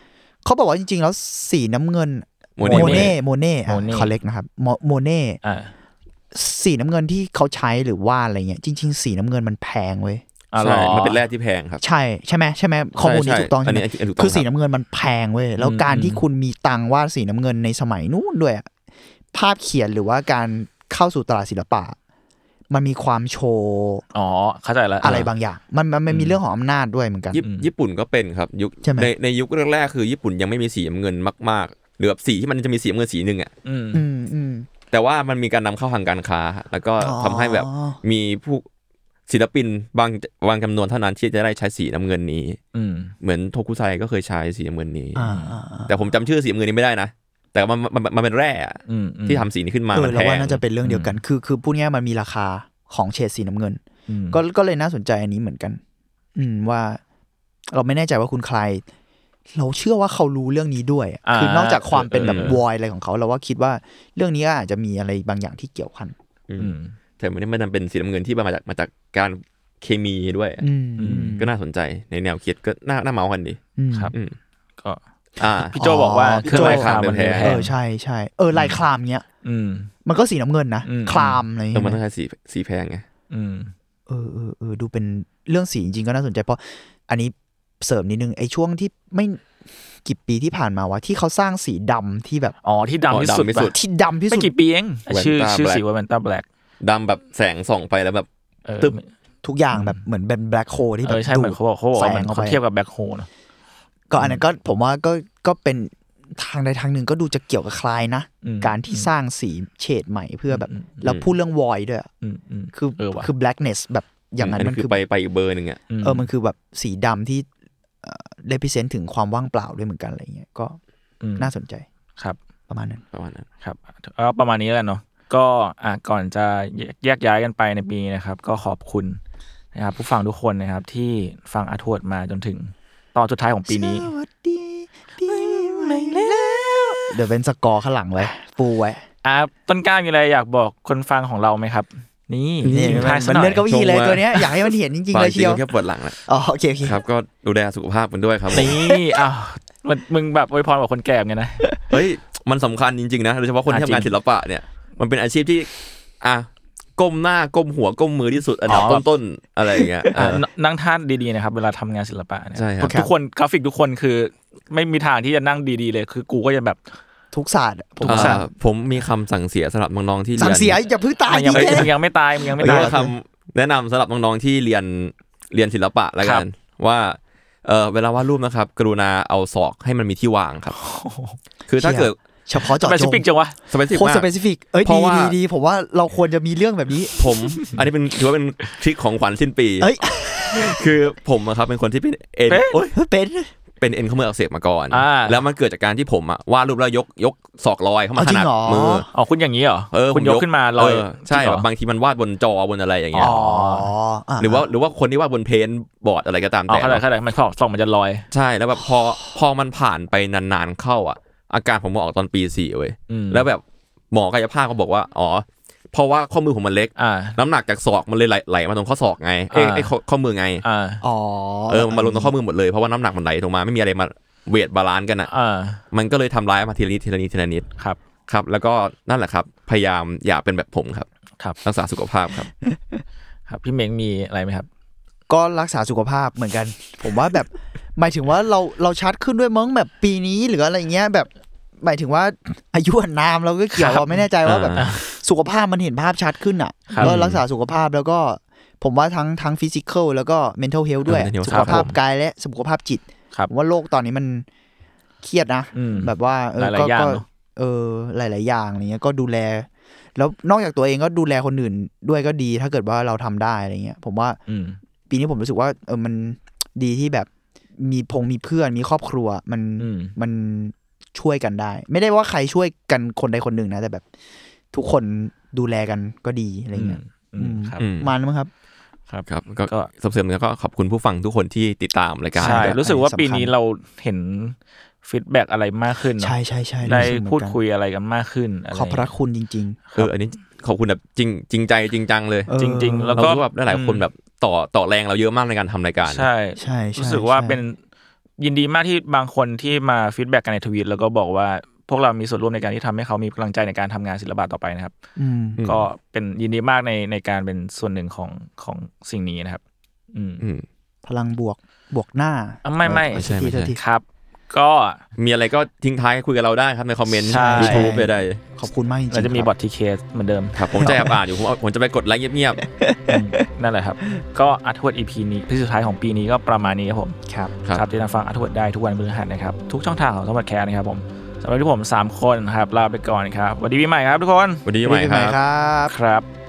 Speaker 4: เขาบอกว่าจริงๆ แล้วสีน้ำเงิน
Speaker 3: โมเน่
Speaker 4: โมเน่
Speaker 2: โมเน่
Speaker 4: คอลเลกนะครับโมโมเน่
Speaker 2: อ่า
Speaker 4: สีน้ำเงินที่เขาใช้หรือว่าอะไรเงี้ยจริง ๆ สีน้ำเงินมันแพงเว้ย
Speaker 2: อ๋อเหร
Speaker 3: ใช่
Speaker 2: อ
Speaker 3: มันเป็นแร่ที่แพงครับ
Speaker 4: ใช่ใช่ไหมใช่ไหมข้อมูลนี้
Speaker 3: ใช่
Speaker 4: ถูกต้อง
Speaker 3: อั
Speaker 4: ใช่
Speaker 3: น
Speaker 4: ไห
Speaker 3: นี้
Speaker 4: ม
Speaker 3: อันนี้ถูกต้อง
Speaker 4: คือสี
Speaker 3: ครับ
Speaker 4: น้ำเงินมันแพงเว้ยแล้วการ
Speaker 2: อืม
Speaker 4: ที่คุณมีตังค์วาดสีน้ำเงินในสมัยนู้นด้วยอะภาพเขียนหรือว่าการเข้าสู่ตลาดศิลปะ มันมีความโชว์
Speaker 2: อ๋อเข้าใจแล้ว
Speaker 4: อะไรบางอย่าง มันมันมันมีเรื่องของอำนาจด้วยเหมือนกัน
Speaker 3: ญี่ญี่ปุ่นก็เป็นครับยุค
Speaker 4: ใช่ไหม
Speaker 3: ในในยุคแรกๆคือญี่ปุ่นยังไม่มีสีน้ำเงินมากๆหรือแบบสีที่มันจะมีสีน้ำเงินสีหนึ่งอ่ะ
Speaker 2: อืม
Speaker 4: อืมอืม
Speaker 3: แต่ว่ามันมีการนำเข้าทางการค้า แล้วก็
Speaker 4: อ๋อ
Speaker 3: ทำให้แบบมีผู้ศิลปินบางบางจำนวนเท่านั้นที่จะได้ใช้สีน้ำเงินนี้
Speaker 2: อืม
Speaker 3: เหมือนโทคุไซก็เคยใช้สีน้ำเงินนี้
Speaker 4: อ่าอ่าอ่า
Speaker 3: แต่ผมจำชื่อสีน้ำเงินนี้ไม่ได้นะ แต่มันมันมันมันเป็นแร่อะ
Speaker 2: อืมอืม
Speaker 3: ที่ทำสีนี้ขึ้นมา
Speaker 4: เอ
Speaker 3: มั
Speaker 4: อน เรา
Speaker 3: แพ
Speaker 4: ว่าง น่าจะเป็นเรื่องเดียวกัน คือคือพูดง่ายๆมันมีราคาของเฉดสีน้ำเงิน
Speaker 2: อืม
Speaker 4: ก็ก็เลยน่าสนใจอันนี้เหมือนกัน อืมว่า เราไม่แน่ใจว่าคุณใคร เราเชื่อว่าเขารู้เรื่องนี้ด้วยอะ
Speaker 2: อ่า
Speaker 4: คือนอกจากความเป็นแบบ
Speaker 2: เออเออ
Speaker 4: วอยอะไรของเขา เราว่าคิดว่าเรื่องนี้ก็อาจจะมีอะไรบางอย่างที่เกี่ยวพัน
Speaker 3: อื
Speaker 2: อื
Speaker 3: ม
Speaker 2: ม
Speaker 3: แต่มันมันเป็นสีน้ำเงินที่มาจากมาจากการเคมีด้วย
Speaker 4: อืม
Speaker 2: อืม
Speaker 3: ก็น่าสนใจในแนวคิดก็น่าน่าเมาส์กันดี
Speaker 4: อืม
Speaker 2: ครับ
Speaker 3: อืม
Speaker 2: ก็
Speaker 3: อ่า
Speaker 2: พี่โจบอกว่าเครื่องรายคามันเลยแพ
Speaker 4: เอง อใช่ใช่เออลายคลามเนี้ย
Speaker 2: อืม
Speaker 4: มันก็สีน้ำเงินนะ
Speaker 2: อืม
Speaker 4: คลามอะไรอย่าง
Speaker 3: เออมันต้อง
Speaker 4: เงี้ย
Speaker 3: ใช้สีสีแพงไง
Speaker 2: อืม
Speaker 4: เออเออเออดูเป็นเรื่องสีจริงๆก็น่าสนใจเพราะอันนี้เสริมนิดนึงไอ้ช่วงที่ไม่กี่ปีที่ผ่านมาวะที่เขาสร้างสีดำที่แบบ
Speaker 2: อ๋อที่
Speaker 3: อ๋อ
Speaker 2: ดำที่สุด
Speaker 3: ดำที่
Speaker 2: ปะ
Speaker 3: สุด
Speaker 4: ที่ดำที่
Speaker 2: ไม่
Speaker 4: สุด
Speaker 2: กี่ปีเอง
Speaker 3: Vanta
Speaker 2: ชื่อชื่อสี
Speaker 3: Black
Speaker 2: ว่าแวนต้าแบล็ก
Speaker 3: ดำแบบแสงส่องไปแล้วแบบ ตึ๊บ
Speaker 4: ทุกอย่างแบบเหมือนเป็นแบล็คโฮที่
Speaker 2: เอ
Speaker 4: แบบ
Speaker 2: อใช่เหมือนเขาบอกเขาบอก
Speaker 4: แส
Speaker 2: ว่าเหมือ
Speaker 4: ง
Speaker 2: น
Speaker 4: เข้า
Speaker 2: เขา
Speaker 4: ไป
Speaker 2: เทียบกับแบ็คโฮเนอะ
Speaker 4: ก็อันนั้นก็ผมว่าก็ก็เป็นทางใดทางหนึ่งก็ดูจะเกี่ยวกับคลายนะ
Speaker 2: อืม
Speaker 4: การที่สร้างสีเฉดใหม่เพื่อแบบ
Speaker 2: อืม
Speaker 4: เราพูดเรื่องวอยด้วยอะ
Speaker 2: อืมอืม
Speaker 4: คือ
Speaker 2: เออว่ะ
Speaker 4: คือ blackness แบบอย่างนั้น
Speaker 3: น
Speaker 4: มัน
Speaker 3: คื
Speaker 4: คือ
Speaker 3: อไปไปอีกเบอร์หนึ่งอ่ะ
Speaker 4: เออมันคือแบบสีดำที่เอ่อ represent ถึงความว่างเปล่าด้วยเหมือนกันอะไรเงี้ยก็
Speaker 2: ม
Speaker 4: น่าสนใจ
Speaker 2: ครับ
Speaker 4: ประมาณนั้น
Speaker 3: ประมาณนั้น
Speaker 2: ครับเอาประมาณนี้แล้วกันเนาะก็อ่ะก่อนจะแยกแยกย้ายกันไปในปีนี้นะครับ ก็ขอบคุณนะครับผู้ฟังทุกคนนะครับ ที่ฟังอาทวดมาจนถึงตอนสุดท้ายของปีนี้
Speaker 4: สวัสดีปีใหม่แล้วเดี๋ยวเป็นสกอร์ข้างหลังไว้ ปูไว้
Speaker 2: อ่ะต้นกล้ามีอะไรอยากบอกคนฟังของเราไหมครับ นี่
Speaker 4: นี่
Speaker 2: ทิ้ง
Speaker 4: มั
Speaker 2: ท้าย
Speaker 4: น
Speaker 2: ซะ
Speaker 4: มัน
Speaker 2: หน่อ
Speaker 4: เลื่อย นเก้าอี้เลยตัวเนี้ยอยากให้มันเห็นจริงๆ
Speaker 3: ฟั
Speaker 4: เลย
Speaker 3: จริ
Speaker 4: เชียว
Speaker 3: งๆแค่ปวดหลังแหละ
Speaker 4: อ๋อโอเคโอเค
Speaker 3: ครับ ก็ดูแลสุขภาพกันด้วยครับผม
Speaker 2: นี่อ้าวมันมึงแบบอวยพรบอกคนแก่ไงนะ
Speaker 3: เฮ้ยมันสำคัญจริงๆนะโดยเฉพาะคนที่
Speaker 2: อ่ะจริง
Speaker 3: ทำงานศิลปะเนี่ย มันเป็นอาชีพที่ อ่ะก้มหน้าก้มหัวก้มมือที่สุดอันดับต้นๆอะไรอย่างเงี้ยเอ
Speaker 2: อ่ะ
Speaker 3: อ
Speaker 2: นั่งท่าดีๆนะครับ เวลาทำงานศิลปะเนี่ย
Speaker 3: ใช่ครับ
Speaker 2: ทุกคนกราฟิกทุกคนคือไม่มีทางที่จะนั่งดีๆเลย คือกูก็จะแบบ
Speaker 4: ทุกศาสตร์อะผม
Speaker 2: ทุกศาสตร์
Speaker 3: อ่าผมมีคำสั่งเสียสำหรับน้องๆที่เรี
Speaker 4: สั่
Speaker 3: ย
Speaker 4: ง
Speaker 3: น
Speaker 4: เสียอย่าเพึ่งตาย
Speaker 2: มึงยั
Speaker 4: ดี
Speaker 2: งไม่
Speaker 4: เจ
Speaker 2: มึงยังไม่ตายมึงยังไม่
Speaker 3: แล้
Speaker 2: ตา
Speaker 3: วย ก็คำแนะนำสำหรับน้องๆที่เรียนเรียนศิลปะแล้ว
Speaker 2: ครั
Speaker 3: กับ นว่าเออเวลาวาดรูปนะครับ กรุณาเอาศอกให้มันมีที่วางครับ คือถ้าเกิด
Speaker 4: เฉพาะเจาะ
Speaker 2: ไป
Speaker 4: จ
Speaker 2: ชิป
Speaker 4: ง
Speaker 2: ปิ้งจังวะ
Speaker 3: สเปซิฟิกมา
Speaker 4: โคตรส
Speaker 3: ก
Speaker 4: เปซิฟิกเอ้ย
Speaker 3: เพ
Speaker 4: ดี
Speaker 3: ราะว่า
Speaker 4: ดีดีผมว่าเราควรจะมีเรื่องแบบนี้
Speaker 3: ผม อันนี้เป็นถือว่าเป็นทริคของขวัญสิ้นปี
Speaker 4: เอ้ย
Speaker 3: คือผมอะครับเป็นคนที่เป็นเอ็น
Speaker 2: เป็น
Speaker 3: โอย
Speaker 4: เป็น
Speaker 3: เป็นเอ็นข้อมืออักเสบมาก่อน
Speaker 2: อ่า
Speaker 3: แล้วมันเกิดจากการที่ผมอะวาดรูปแล้วยกยกศอกลอยเข้า
Speaker 4: เอา
Speaker 3: มาข
Speaker 4: จริ
Speaker 3: นาง ด
Speaker 4: เหรอ
Speaker 3: มือ
Speaker 2: อ๋อคุณอย่างนี้เหร
Speaker 3: เออ
Speaker 2: คุณยกขึ้นมาลอย
Speaker 3: เใช่
Speaker 2: จริงเหรอ
Speaker 3: แบบบางทีมันวาดบนจอบนอะไรอย่างเงี้ย
Speaker 4: อ๋ออ่ะ
Speaker 3: หรือว่าหรือว่าคนที่วาดบนเพนท์บอร์ดอะไรก็ตาม
Speaker 2: อ๋อ
Speaker 3: แต่
Speaker 2: เข้าใจเข้าใจมันสองสองมันจะลอย
Speaker 3: ใช่แล้วแบบพอพอมันผ่านไปนานๆเข้าอ่ะ อาการผมมาออกตอนปีสี่เว้ย
Speaker 2: อืม
Speaker 3: แล้วแบบหมอกายภาพเขาบอกว่าอ๋อเพราะว่าข้อมือผมมันเล็ก
Speaker 2: อ่า
Speaker 3: น้ำหนักจากศอกมันเลยไหลไหลมาตรงข้อศอกไงเอ้ย
Speaker 2: อ่า
Speaker 3: ไอ้ข้อข้อมือไง
Speaker 2: อ่า
Speaker 4: อ๋อ
Speaker 3: เออมันมาลงตรงข้อมือหมดเลยเพราะว่าน้ำหนักมันไหลลงมาไม่มีอะไรมาเวทบาลานซ์กันอ่ะ
Speaker 2: อ่า
Speaker 3: มันก็เลยทำร้ายมาทีละนิดทีละนิดทีละนิด
Speaker 2: ครับ
Speaker 3: ครับ แล้วก็นั่นแหละครับ พยายามอย่าเป็นแบบผมครับ
Speaker 2: ครับ
Speaker 3: รักษาสุขภาพครับ
Speaker 2: ครับพี่เม้งมีอะไรไหมครับ
Speaker 4: ก็รักษาสุขภาพเหมือนกัน ผมว่าแบบหมายถึงว่าเราเราชัดขึ้นด้วยมั้งแบบปีนี้หรืออะไรเงี้ยแบบหมายถึงว่าอายุอานามเราก็เกี่ยว
Speaker 2: ครับ
Speaker 4: เราไม่แน่ใจว่าแบบ
Speaker 3: อ่า
Speaker 4: สุขภาพมันเห็นภาพชัดขึ้นอ่ะ
Speaker 2: ครับ
Speaker 4: แล้วรักษาสุขภาพแล้วก็ผมว่าทั้งทั้งฟิสิกอลแล้วก็ mental health ด้วย
Speaker 3: เออ mental health
Speaker 4: สุข
Speaker 2: ค
Speaker 4: ภาพ
Speaker 2: รับผม
Speaker 4: กายและสุขภาพจิต
Speaker 2: ครับ
Speaker 4: ผมว่าโลกตอนนี้มันเครียดนะ
Speaker 2: อืม
Speaker 4: แบบว่าเออ
Speaker 2: หลายๆอ
Speaker 4: ก็
Speaker 2: ย่าง
Speaker 4: ก็
Speaker 2: เนอะ
Speaker 4: เออหลาย ๆ อย่างอะไรเงี้ยก็ดูแล แล้วนอกจากตัวเองก็ดูแลคนอื่นด้วยก็ดี ถ้าเกิดว่าเราทำได้อะไรเงี้ยผมว่า
Speaker 2: อืม
Speaker 4: ปีนี้ผมรู้สึกว่าเออมัน ดีที่แบบมีพงมีเพื่อนมีครอบครัวมัน
Speaker 2: อืม
Speaker 4: มันช่วยกันได้ ไม่ได้ว่าใครช่วยกันคนใดคนหนึ่งนะ แต่แบบ ทุกคนดูแลกันก็ดีอะไร
Speaker 2: อืม
Speaker 4: เงี้ย
Speaker 2: อืมครับ
Speaker 3: อืม
Speaker 4: มันมั้งครับ
Speaker 2: ครับ
Speaker 3: ครับก็
Speaker 2: ก็
Speaker 3: สำเสริมแล้วก็ขอบคุณผู้ฟังทุกคนที่ติดตามรายการ
Speaker 2: ใช่
Speaker 3: ด้วย
Speaker 2: รู้สึกว่า
Speaker 4: อันนี้
Speaker 2: ปี
Speaker 4: สำคัญ
Speaker 2: นี้เราเห็นฟีดแบ็กอะไรมากขึ้นเนอะ
Speaker 4: ใช่ใช่ใช่
Speaker 2: ได้
Speaker 4: รู้สึกเหมือนกัน
Speaker 2: พูดคุยอะไรกันมากขึ้นอะไร
Speaker 4: ขอบพระคุณจริง
Speaker 3: เอออันนี้ขอบคุณแบบจริงจริงใจจริงจังเลย
Speaker 4: เออ
Speaker 2: จริง ๆ แล้ว
Speaker 3: เรา
Speaker 2: ก็
Speaker 3: รู้ว่าแบบหลายๆคนแบบต่อต่อแรงเราเยอะมากในการทำรายการ
Speaker 2: ใช่
Speaker 4: ๆ ใช่ใช่
Speaker 2: รู้สึกว่า
Speaker 4: ใช่
Speaker 2: เป็นยินดีมากที่บางคนที่มาฟีดแบ็กกันในทวีตแล้วก็บอกว่าพวกเรามีส่วนร่วมในการที่ทำให้เขามีกำลังใจในการทำงานศิลปะต่อไปนะครับ
Speaker 4: อืม
Speaker 3: อืม
Speaker 2: ก็เป็นยินดีมากในในการเป็นส่วนหนึ่งของของสิ่งนี้นะครับ อืม
Speaker 3: อืม
Speaker 4: พลังบวกบวกหน้า
Speaker 2: อ่ะไม่ไม่
Speaker 3: ไม่ใช่
Speaker 4: ทีทีที
Speaker 2: ครับ ก็
Speaker 3: มีอะไรก็ทิ้งท้ายคุยกับเราได้ครับในคอมเมนต์
Speaker 2: ใช่
Speaker 3: ยูทูบใด
Speaker 4: ขอบคุณมากจริงๆ
Speaker 2: เราจะมี
Speaker 4: ครั
Speaker 2: อ
Speaker 4: บ
Speaker 2: ททีเคเหมือนเดิม
Speaker 3: ๆครับผมจะแอบอ่านอยู่ผมผมจะไปกดไลค์เงียบ
Speaker 2: นั่นแหละครับ ก็อัทวดอีพีนี้พิสุดท้ายของปีนี้ก็ประมาณนี้ครับผม
Speaker 4: ครับ
Speaker 3: ๆครับ
Speaker 2: ติดตามฟังอัทวดได้ทุกวันพฤหัสนะครับ ทุกช่องทางของสมบัติแคร์นะครับผมสำหรับที่ผม 3 คนนะครับลาไปก่อนครับสวัสดีปีใหม่ครับทุกคน
Speaker 3: วันนี้ใหม่ครับ
Speaker 4: ครับ
Speaker 2: ครับ